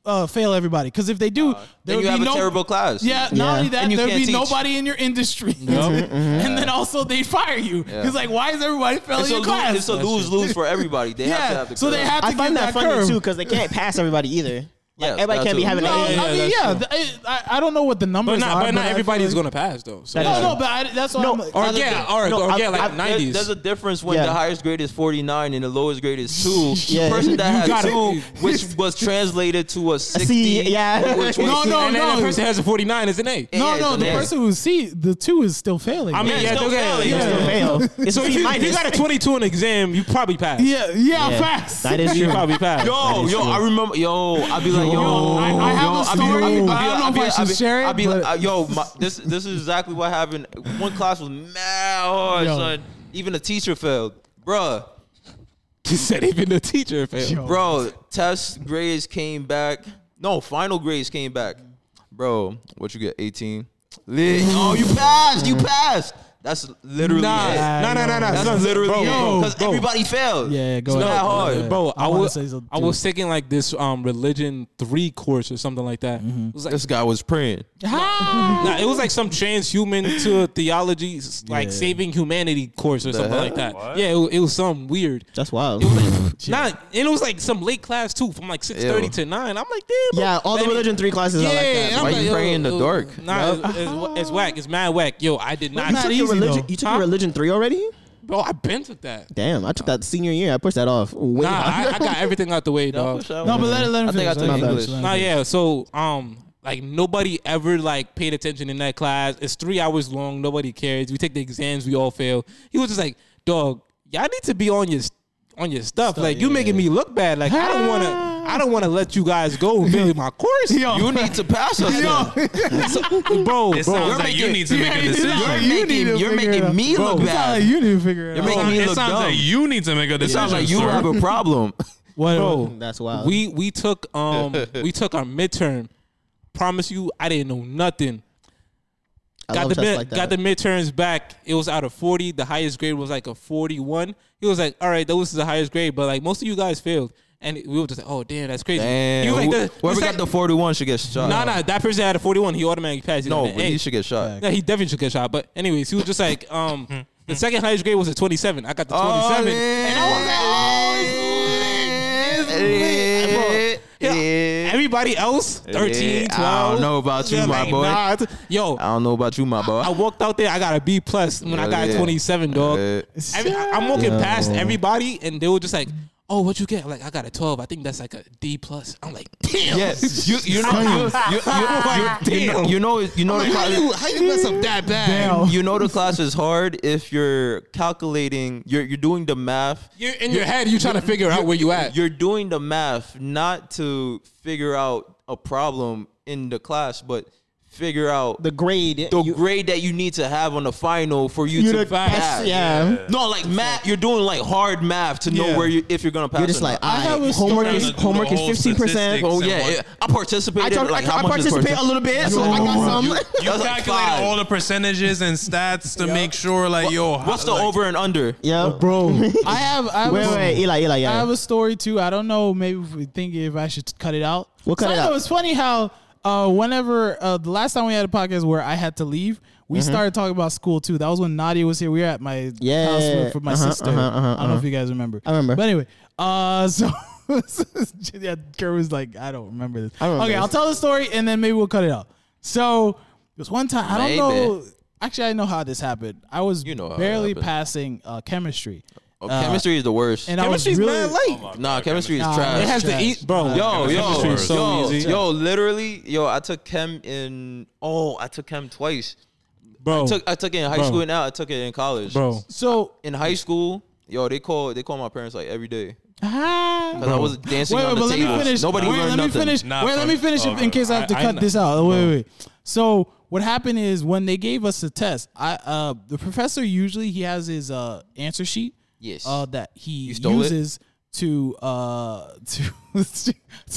uh, fail everybody because if they do, there Uh, Then would you be have a no terrible class. Yeah, not only that, And you there'd can't be teach. nobody in your industry, and then also they fire you. It's like, why is everybody failing It's a, Oh, your class? lose, it's a lose lose for everybody. They have to yeah, have the curve. so they have to I give find that that, funny curve. too because they can't pass everybody either. Like Yes, everybody that can't be too. having No, an A. Yeah, I mean, that's yeah, true. th- I, I don't know what the but numbers not, are. but not I feel everybody's like- gonna pass though. So That is No, no, but I, that's why. No, I'm like, or Other yeah, than- or, No, or I've- yeah, like I've- There- nineties. There's a difference when Yeah. the highest grade is 49 and the lowest grade is 2. Yeah. The person that You had gotta- 2, which was translated to a 60. yeah. Which was No, no, and then no. that person has a forty nine is an A. Yeah, no, no, it's the an A. person who see the two is still failing. I mean, yeah, it's still okay, failing. yeah. It's Still fail. It's So a if B you, if you minus. got a twenty two in exam, you probably pass. yeah, yeah, Yeah. facts. That is you true. probably pass. Yo, yo, I remember. Yo, I'd be like, yo, I- I have a story. I don't know if I should share it, I'd be like, but- uh, yo, my, this this is exactly what happened. One class was mad hard, Yo. son. Even the teacher failed, bruh. He said even the teacher failed. Yo. Bro, test grades came back. No, final grades came back. Bro, what you get? 18. Lit. Oh, you passed. You passed. That's literally Nah, it. nah, nah, nah, nah. That's son, literally bro, it. bro, Because bro. everybody failed. Yeah, yeah, go It's ahead. not Go hard. ahead. Bro, I I, wanna was say something I too. was taking like this um religion three course or something like that. Mm-hmm. It was like This guy was praying. nah, it was like some transhuman to a theology s- like saving humanity course or something like that. Yeah, it, wa- it was some weird. That's wild. It was like, nah, and it was like some late class too, from like six thirty Ew. to nine. I'm like, damn. Yeah, all the Let me- religion three classes Yeah, are like and that. I'm Why like, you yo, praying in the yo, dark? Nah, it's, it's, it's whack. It's mad whack. Yo, I did not. not You took easy, your religion, though. you took Huh? your religion three already? Bro, I've been with that. Damn, I took that senior year. I pushed that off. Way Nah, hard. I, I got everything out the way, dog. no, but let it let him I think I finish. took let him English. finish, let him Nah, finish. yeah. So, um, like nobody ever like paid attention in that class. It's three hours long. Nobody cares. We take the exams. We all fail. He was just like, dog, y'all need to be on your on your stuff. like you making me look bad. Like I don't want to. I don't want to let you guys go and fail my course, You need to pass us. then. bro. bro. It sounds like you making- need to make a Yeah, it's decision. not like You're you need making- you're to figure it making out. me Bro, look it's not bad. like you need to figure it You're out. making me It look sounds dumb. like you need to make a It sounds decision. like you sir. have a problem. What- bro. That's wild. We we took um we took our midterm. Promise you, I didn't know nothing. I got love the tests mid, like that. got the midterms back. It was out of forty. The highest grade was like a forty-one. He was like, "All right, that was the highest grade, but like most of you guys failed." And we were just like, "Oh damn, that's crazy." He Damn. was like, who- the- Whoever it's got like- the 41 should get shot. Nah, nah, that person had a forty-one. He automatically passed. He's No, like, but "Hey." he should get shot. Yeah, he definitely should get shot. But anyways, he was just like, um, the second highest grade was a twenty-seven. I got the Oh, twenty-seven. yeah. And I was like, "Oh, it's lit." Bro, Eh, yeah, eh, Everybody else, 13, Yeah, 12. I don't know about you, Yeah, my like, boy. nah, it's- yo, I don't know about you, my boy. I walked out there. I got a B plus when I Yeah, Eh. got yeah. 27, dog. Yeah. Every- I'm walking past everybody, and they were just like, "Oh, what you get?" Like, I got a 12. I think that's like a D plus. I'm like, damn. Yes, you you know you you, you, you, you know you know you know the How class, you how you mess up that bad? Damn. you know the class is hard if you're calculating you're you're doing the math You're in your head. You're trying to figure out where you at. you're doing the math not to figure out a problem in the class but figure out the, the grade. you- grade that you need to have on the final for you to the pass. best, yeah. No, like math, you're doing like hard math to know Yeah. where you if you're gonna pass. You're just or not. like, I have I a homework story- is Trying to do homework the is whole fifteen percent. statistics Oh and yeah, what- yeah. I Oh, participate. I, talk, like, I, how I much is participate a particip- little bit, so I got some. You That's like calculated five. all the percentages and stats to make sure, like, yo, What's the like, over and under? Yeah. bro. I have. I have Wait, a- wait, Eli, Eli, I yeah. have a story too. I don't know. Maybe if we think if I should cut it out. We'll cut So I it know out. It's funny how uh, whenever uh, the last time we had a podcast where I had to leave, we started talking about school too. That was when Nadia was here. We were at my Mm-hmm. Yeah. house with, for my Uh-huh, sister. I uh-huh, uh-huh, don't know if you guys remember. I remember. But anyway, uh, so. yeah, Kerr was like, I don't remember this. remember okay, this. I'll tell the story and then maybe we'll cut it out. So it was one time I don't Maybe. know. Actually, I know how this happened. I was You know how it barely happened. passing uh, chemistry, Oh, chemistry is the worst. and I was Chemistry's really mad oh late. nah, chemistry is Nah, trash. it has to trash. eat, bro. yo, yo, Chemistry yo, is so easy. yo, literally, yo. I took chem in. Oh, I took chem twice. bro. Took I took it in high Bro. school and now I took it in college. bro. so in high school, yo, they call they call my parents like every day ah. because I was dancing Wait, on wait, the but let me tables. finish. Nobody wait, learned let me nothing. finish. Nah, wait, let fam. me finish Oh, in case I have to I- I cut know. this out. Wait, wait, wait. So what happened is when they gave us the test, I uh the professor usually he has his uh answer sheet. Yes. Uh, that he stole it? uses to uh to to,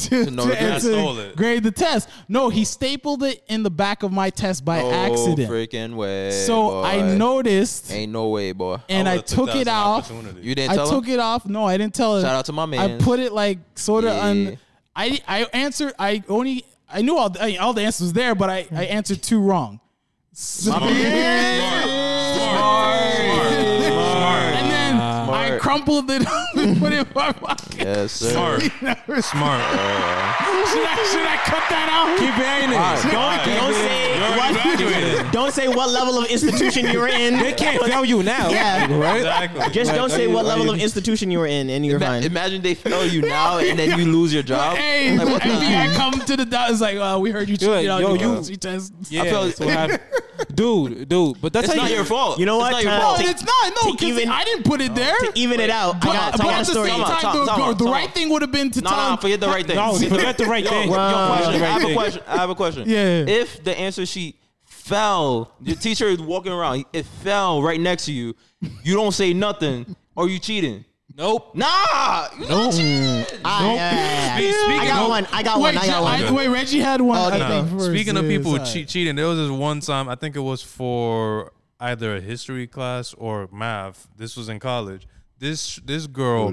to, know the grade. answer- Stole it. grade the test. No, he stapled it in the back of my test by No accident. Oh, freaking way. so boy. I noticed Ain't no way, boy. and I would've took that as it an off. opportunity. You didn't I tell took him. it off. No, I didn't tell her. Shout out to my I mans. put it like sort of Yeah. on. I I answered. I only I knew all the, I- all the answers there, but I I answered two wrong. So- and then I Smart. crumpled it up and put it in my pocket. Yes, sir. Smart, smart. Should I, should I cut that out? Keep Alright. it Don't, don't say You're what. graduated. Don't say what level of institution you were in. They can't fail you now. Yeah. Exactly. Just don't say you- what are level you- of institution you were in, and you're Ma- fine. Imagine they fail you now and then you lose your job. Hey, Like, what the- FBI come to the dot. It's like, uh, we heard you cheated like, on yo, your you- you, test. Yeah, felt- that's what happened. dude, dude. But that's It's how not you, your fault. You know It's not what, your Tom? No, fault. it's not. No, to because even- I didn't put it there. Even it out. I But, got, but I got at a the story. same Time out, time, time out, the, time out, the time right out. thing would have been to No, tell no, him- forget the right thing. No, forget the right thing. Yo, Wow. question. Forget the I have right a thing. question. I have a question. Yeah. If the answer sheet fell, your teacher is walking around, it fell right next to you. You don't say nothing. Are you cheating? Nope. Nah. You not cheating. Ah, yeah, yeah, yeah. I got one. I got Wait, one. I got I- one. Oh, wait, Reggie had one. I Okay. think Nah, first. Speaking of Yeah, people sorry. che- cheating, there was this one time I think it was for either a history class or math. This was in college. This this girl,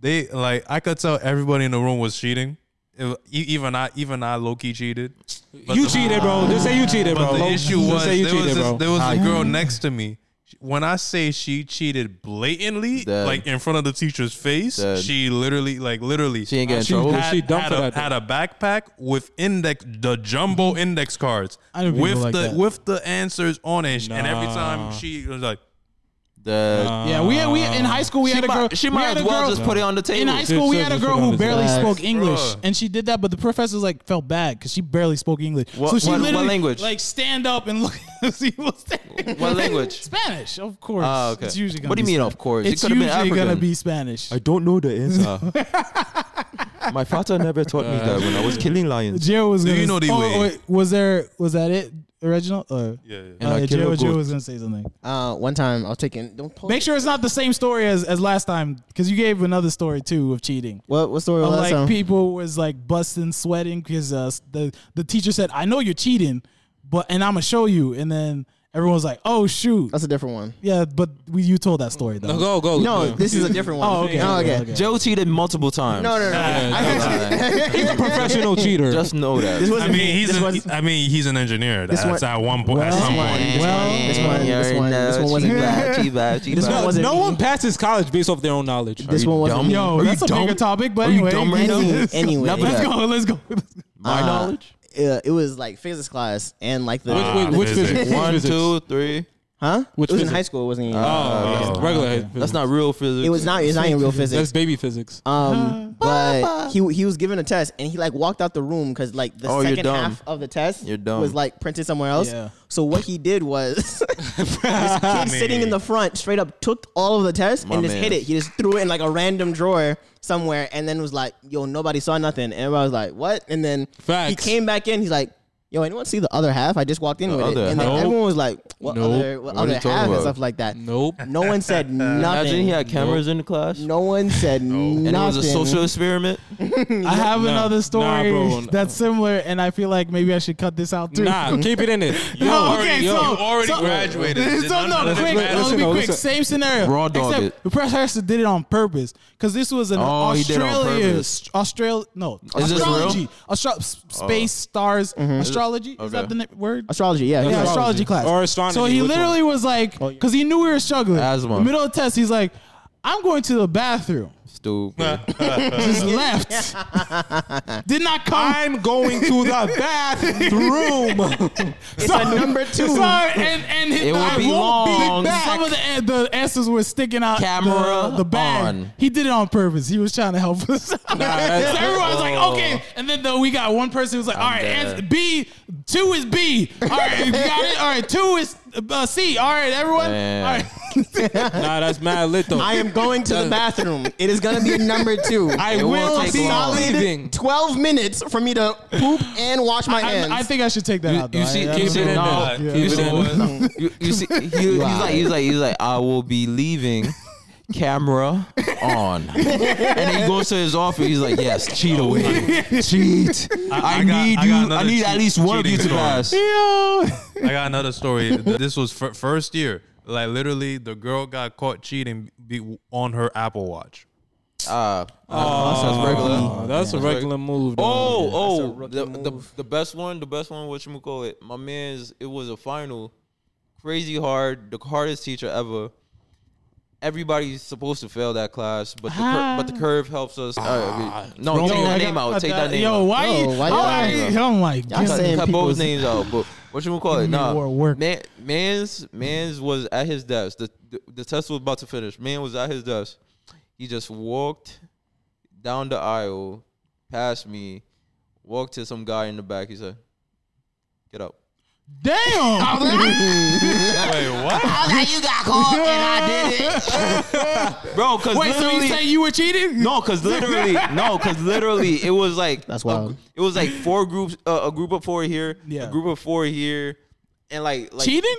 they like I could tell everybody in the room was cheating. It wa- e- even I even I low key cheated. But you the- cheated, bro. Just say you cheated, But bro. the issue Just was say you there was, cheated, this- bro. there was a girl next to me. When I say she cheated blatantly, Dead. like in front of the teacher's face, Dead. she literally, like literally, She ain't getting She- trouble. she dumb had, for a, that, though. had a backpack with index the jumbo index cards I know people with like the that. with the answers on it, and every Nah. time she was like, The- Yeah, we had, we in high school we she had a girl. might, she we might had as a well girl- just put it on the table. In high Dude, school, we so had a just girl put on who his barely back. spoke English, Bruh. and she did that, but the professor was like felt bad because she barely spoke English. What- so she what- what literally language? like stand up and look. and see what's there. What language? Spanish, of course. Ah, okay. It's usually gonna What do you be mean, Spanish. of course? It It's could've been usually gonna African. be Spanish. don't know the answer. My father never taught me that when I was killing lions. Jared was. Do gonna you know s- the oh, way? wait, was there? Was that it, original? Or yeah, yeah. And I uh, kill a Jared, Jared goat. was gonna say something. Uh, one time I was taking. Don't pull Make sure it's not the same story as, as last time because you gave another story too of cheating. What, what story Of was that? like song? people was like busting, sweating because uh, the the teacher said, "I know you're cheating, but and I'm gonna show you." And then Everyone was like, "Oh shoot, That's a different one. yeah." But we, you told that story though. No, go, go. No, Yeah. this is a different one. Oh, okay. Oh, okay. Joe cheated multiple times. No, no, no. Yeah, I yeah. actually- He's a professional cheater. Just know that. this I wasn't mean, me. he's This an, wasn't- I mean, he's an engineer. That's one- at one point. at Well, some one- point. Well, this one- this You're one- this no one wasn't cheat bad. bad, cheat bad, cheat This bad. one wasn't no me. one passes college based off their own knowledge. This one wasn't dumb? me. Yo, Are that's you a bigger dumb? topic, but Are you anyway. dumb right now? Any- anyway, Enough of let's that. go. Let's go. Let's go. My Uh, knowledge. uh, it was like physics class and like the Which- Wait, which physics. physics? One, Which physics? two, three. huh? Uh, Which it was in physics? high school. It wasn't. Oh, Uh, okay. okay. regular. That's not real physics. it was not. It's not in real physics. That's baby physics. Um, but he he was given a test and he like walked out the room because like the Oh, you're second dumb. half of the test You're dumb. was like printed somewhere else. Yeah. So what he did was this kid sitting in the front straight up took all of the tests My and just man. hid it. He just threw it in like a random drawer somewhere and then was like, "Yo, nobody saw nothing." And everybody was like, "What?" And then he Facts. came back in. He's like. Yo, anyone see the other half? I just walked in with other it, and then half? everyone was like, "What Nope. other, what What are you other half?" talking and about? stuff like that. Nope. No one said nothing. Imagine he had cameras in the class. no one said nothing. And it was a social experiment. I have Nah. another story Nah, bro. that's similar, and I feel like maybe I should cut this out too. Nah, keep it in it. No, already- okay, you so already so- graduated. So None no, of this quick, matters. let's be Listen, quick. listen. Same scenario. Raw dog Except it. the Professor Harrison did it on purpose because this was an Oh, he did it on Australia, purpose. Australia, no, Is this real? Oh. Mm-hmm. astrology, Astro- s- space, stars, astrology. Is that Okay. the na- word? Astrology, yeah. Yeah, Astrology. astrology class Or astronomy, So he which one? literally was like, because he knew we were struggling. Oh, Asthma. The middle of the test, he's like, "I'm going to the bathroom." Stupid. Just left. Did not come. I'm going to the bathroom. It's a number two. Sorry, and and his, It won't I be long. back. Some of the eh, the answers were sticking out. Camera the, the bag. on. He did it on purpose. He was trying to help us. out. that's- so everyone was like, okay. And then though we got one person who was like, all right, dead. answer, B two is B. All right, you got it. All right, two is uh, C. All right, everyone. Man. All right. nah, that's mad lit though. I am going to the bathroom. It is going to be number two. I It won't will take be long. leaving. 12 minutes for me to poop and wash my I, hands. I think I should take that out. Though. you see- I, I you Keep don't it in know. there. Yeah. Keep it in there. you, you see, he, he's like, he's like, he's like, I will be leaving. Camera on, and he goes to his office. He's like, "Yes, cheat away, cheat. I, I got- need I got you. I another need at cheat- least one of cheating you to story. pass." I got another story. This was fir- first year. Like literally, the girl got caught cheating be- on her Apple Watch. Ah, that sounds regular. Oh, that's a regular move. Though. Oh, oh, the, the the best one, the best one. What you call it? My man's. It was a final, crazy hard, the hardest teacher ever. Everybody's supposed to fail that class, but the cur- but the curve helps us. uh, we- no, take that I name got- out. Take uh, that name Yo, out. why? Yo, you, why you- why you- oh my I'm Cut- god. saying cut both people's- names out. But what you call it? me Nah, more work. man, man's man's was at his desk. The, the the test was about to finish. Man was at his desk. He just walked down the aisle, past me, walked to some guy in the back. He said, "Get up." Damn. Wait, what? Bro, cause Wait, so you literally, say you were cheating? no, cause literally, no, cause literally, it was like that's wild. It was like four groups, uh, a group of four here, Yeah. a group of four here, and like like Cheating?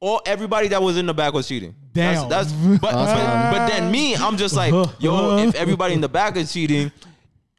all everybody that was in the back was cheating. Damn. That's, that's but, but but then me, I'm just like, yo, if everybody in the back is cheating,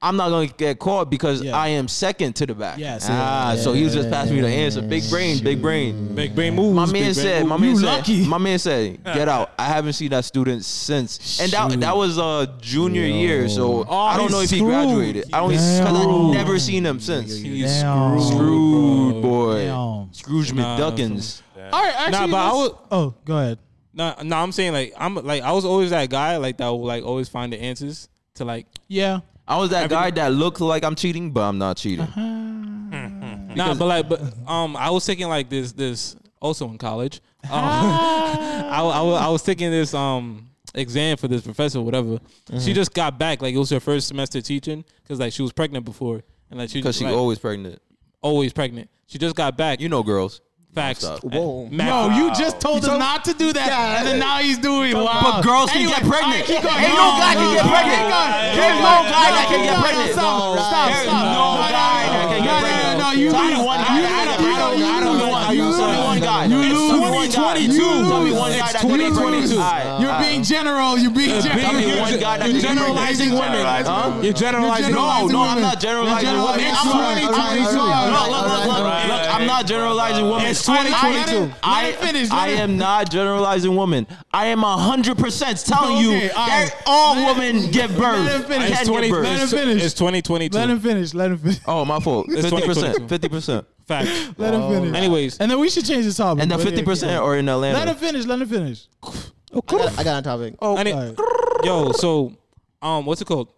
I'm not gonna get caught because Yeah. I am second to the back. Yeah, see. ah, so he was just passing me the answer. Big brain, big brain. Big brain moves. My big man brain said, my moves. man You said, lucky. my man said, get out. I haven't seen that student since, and that that was uh junior year. So I don't know if he screwed. graduated. I don't. 'cause Oh, Damn. I've never seen him since. He's Damn. screwed, Screwed bro. boy, Damn. Scrooge Nah, McDuckins. All right, actually. Nah, but I let's- would- oh, go ahead. Nah, nah, I'm saying like I'm like I was always that guy like that would like always find the answers to like Yeah. I was that guy that looked like I'm cheating, but I'm not cheating. Uh-huh. Mm-hmm. nah, but like, but um, I was taking like this, this also in college. Um, I, wa- I, wa- I was taking this um exam for this professor, whatever. Mm-hmm. She just got back, like it was her first semester teaching, because like she was pregnant before, and like she Because she like, always pregnant. always pregnant. She just got back. You know, girls. facts. stop. Whoa, No, you just told him not to do that, and then now he's doing. it. Wow. But girls can get all right, pregnant. keep going. Ain't no guy can get pregnant. keep going. There's no guy that can keep get going. pregnant. Stop. Stop. There's stop. no guy that can get pregnant. No, no, no. You Tell me lose. one guy. You I don't- I don't- lose. I don't know one. You Tell me lose. one guy. You It's lose. 2022. You Tell me one lose. guy that can get pregnant. You lose. All right, You're all right. being general. You're being Tell me being- general. one guy that You're can get pregnant. generalizing women. Huh? You're generalizing. You're No, generalizing no, I'm women. not generalizing You're women. generalizing I'm women. sorry. All right, all right, all Look, look, look, right, all look. right, all right. Look, I'm not generalizing women. It's I- I- 2022. I, Let it finish, let I it- am not generalizing women. I am hundred percent telling you Okay, all right. that all Let- women give birth. him finish. Can It's give 20, birth. Let him it's, finish. it's 2022. Let him finish. Let him finish. Oh, my fault. It's Fifty 2022. percent. Fifty percent. Fact. Let Oh, him finish. Um, Anyways, And then we should change the topic. And the but- 50% Or in Atlanta. Let him finish. Let him finish. I got, I got on topic. Oh I need- Oh, Alright. yo, so um, what's it called?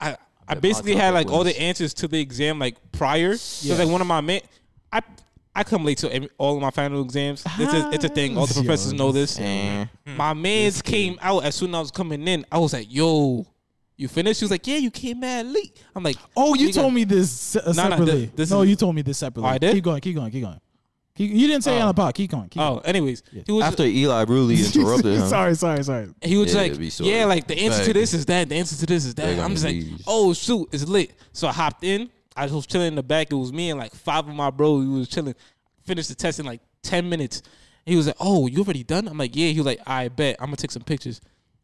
I I basically had like all the answers to the exam like prior. So like one of my ma- I I come late to every- all of my final exams. It's a, it's a thing. All the Yo, professors know this. Hmm. My man's came out as soon as I was coming in. I was like, yo, you finished? She was like, yeah, you came mad late. I'm like, Oh, you we got- told me this uh, Nah, nah, separately. th- this no, is- you told me this separately. Oh, I did? Keep going. Keep going. Keep going. Keep, you didn't say it on the pod. Keep going. Keep Oh, anyways, he was After Eli really going. interrupted him. sorry. Sorry. Sorry. he was Yeah, like, be sorry. yeah, like the answer to Like- this is that, the answer to this is that. Like, I I'm just like, mean, these- oh shoot, it's lit. So I hopped in. I was chilling in the back. It was me and like five of my bros. We was chilling. Finished the test in like ten minutes. He was like, oh, you already done? I'm like, yeah. He was like, I bet. I'm gonna take some pictures.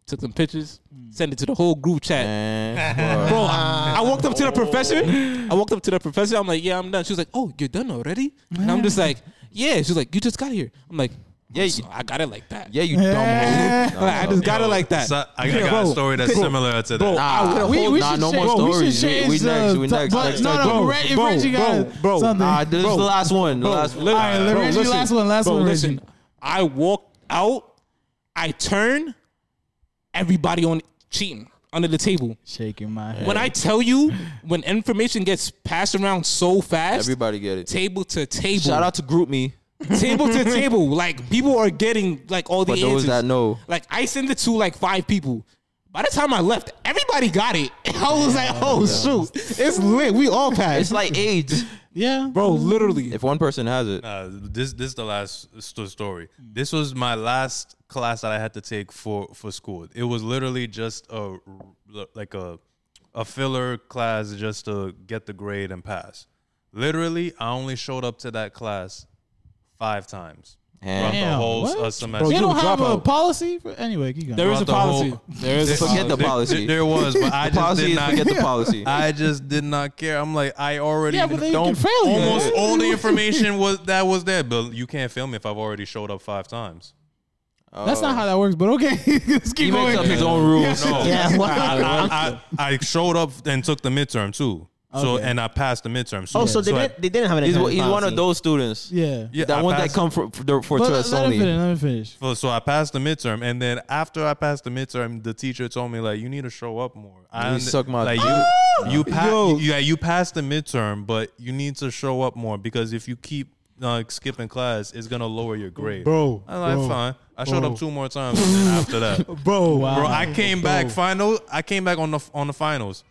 Took some pictures. Send it to the whole group chat. Man, Bro, I, I walked up to the professor. I walked up to the professor. I'm like, yeah, I'm done. She was like, oh, you're done already? And I'm just like, yeah. She was like, you just got here. I'm like, yeah, I got it like that. yeah, you dumb. Like, I just got it Yo, like that. so- I, I got a story that's similar to Bro, that. I Nah, would- We, we nah, Ah, should no change, more bro, we stories. should We- change we the next, we to- next, but next, No, next, no, bro, Reggie, bro, Reggie got bro, bro. something. Nah, this is the last one. The bro, last li- one. All right, bro, Reggie, listen. last one, last Bro, one, listen. Reggie. I walked out. I turn. Everybody on cheating under the table. Shaking my head. When I tell you, when information gets passed around so fast, Everybody get it. table to table, Shout out to Group Me. table to table, like people are getting like all the For those answers. that know. Like I sent it to like five people. By the time I left, everybody got it. I was like, oh shoot, it's lit. We all It's passed, like AIDS. yeah, bro. Literally, If one person has it, Uh, this this is the last st- story. This was my last class that I had to take for for school. It was literally just a r- like a a filler class just to get the grade and pass. Literally, I only showed up to that class five times throughout the Damn, whole s- what? uh, semester. they you don't a have a dropout. policy for anyway. Keep going. there is a throughout the whole- policy. there is a forget policy. the policy. There, there was, but I just policy did is not forget the policy. I just did not care. I'm like, I already Yeah, but they can don't. fail you. almost all the information was that was there, but you can't fail me if I've already showed up five times. That's Uh, not how that works. But okay, let's keep He makes going. up his own rules. No, Yeah, what? I, I, I showed up and took the midterm too. So Okay. and I passed the midterm. Oh, so they I- didn't, they didn't have an He's, exam he's one of policy. those students. Yeah, yeah, I That one that passed- come for for, for But us let him only. finish. Let him finish. So, so I passed the midterm, and then after I passed the midterm, the teacher told me like, you need to show up more. I You und- suck my- like you you pass yeah you passed the midterm, but you need to show up more because if you keep uh, skipping class, it's gonna lower your grade, bro. I'm like, fine. I showed up two more times and then after that, bro. Bro, I came back final. I came back on the on the finals.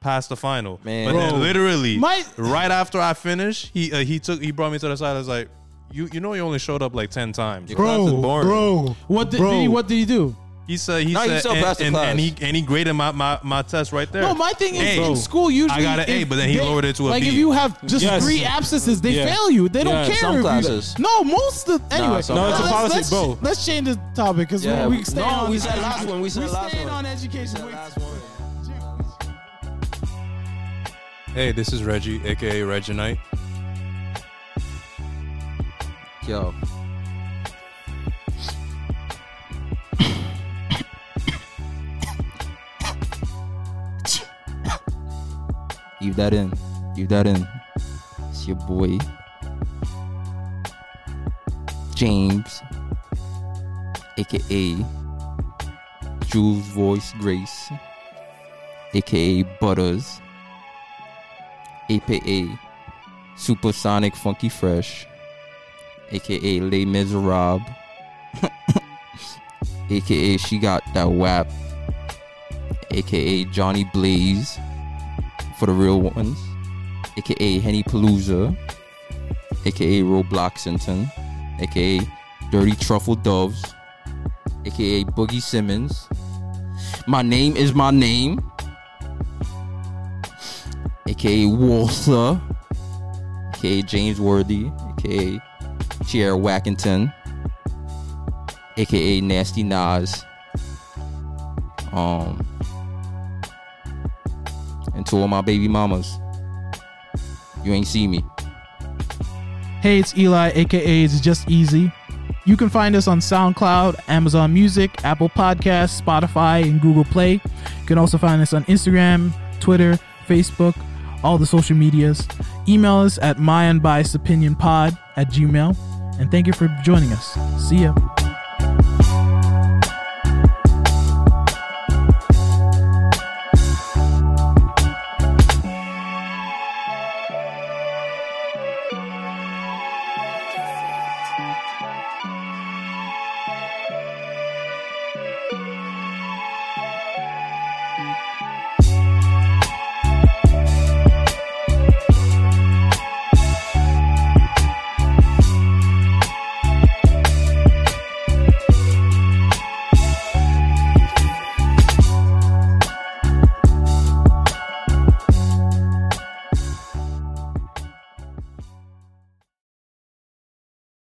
Past the final, Man. But then Bro. literally, My- right after I finished, he uh, he took he brought me to the side. I was like, "You you know you only showed up like ten times, Your class is boring. What did, did he? What did he do? he said he No, you said still and, passed the and, class. and he and he graded my, my, my test right there. No, my thing is Hey, in school usually I got an A, if but then he they- lowered it to a like B. if you have just Yes. three absences, they Yeah. fail you. They don't Yeah, care. some if you- classes. no, most of anyway. some No, it's a let's- policy, let's, bro. Let's change the topic because Yeah, we, we stay no, on. we said last one, we said last stayed one. on education. We- hey, this is Reggie, aka Reginite. Yo, leave that in. Leave that in. It's your boy, James, aka Jules Voice Grace, aka Butters, aka Supersonic Funky Fresh aka Les Miserables, aka She Got That Wap, aka Johnny Blaze for the real ones, aka Henny Palooza, aka Robloxington, aka Dirty Truffle Doves, aka Boogie Simmons. My name is my name. AKA Walther, AKA James Worthy, AKA Chair Wackington, aka Nasty Nas. Um, and two of my baby mamas. You ain't see me. Hey, it's Eli, aka It's Just Easy. You can find us on SoundCloud, Amazon Music, Apple Podcasts, Spotify, and Google Play. You can also find us on Instagram, Twitter, Facebook, all the social medias. Email us at myunbiasedopinionpod at gmail. And thank you for joining us. See ya.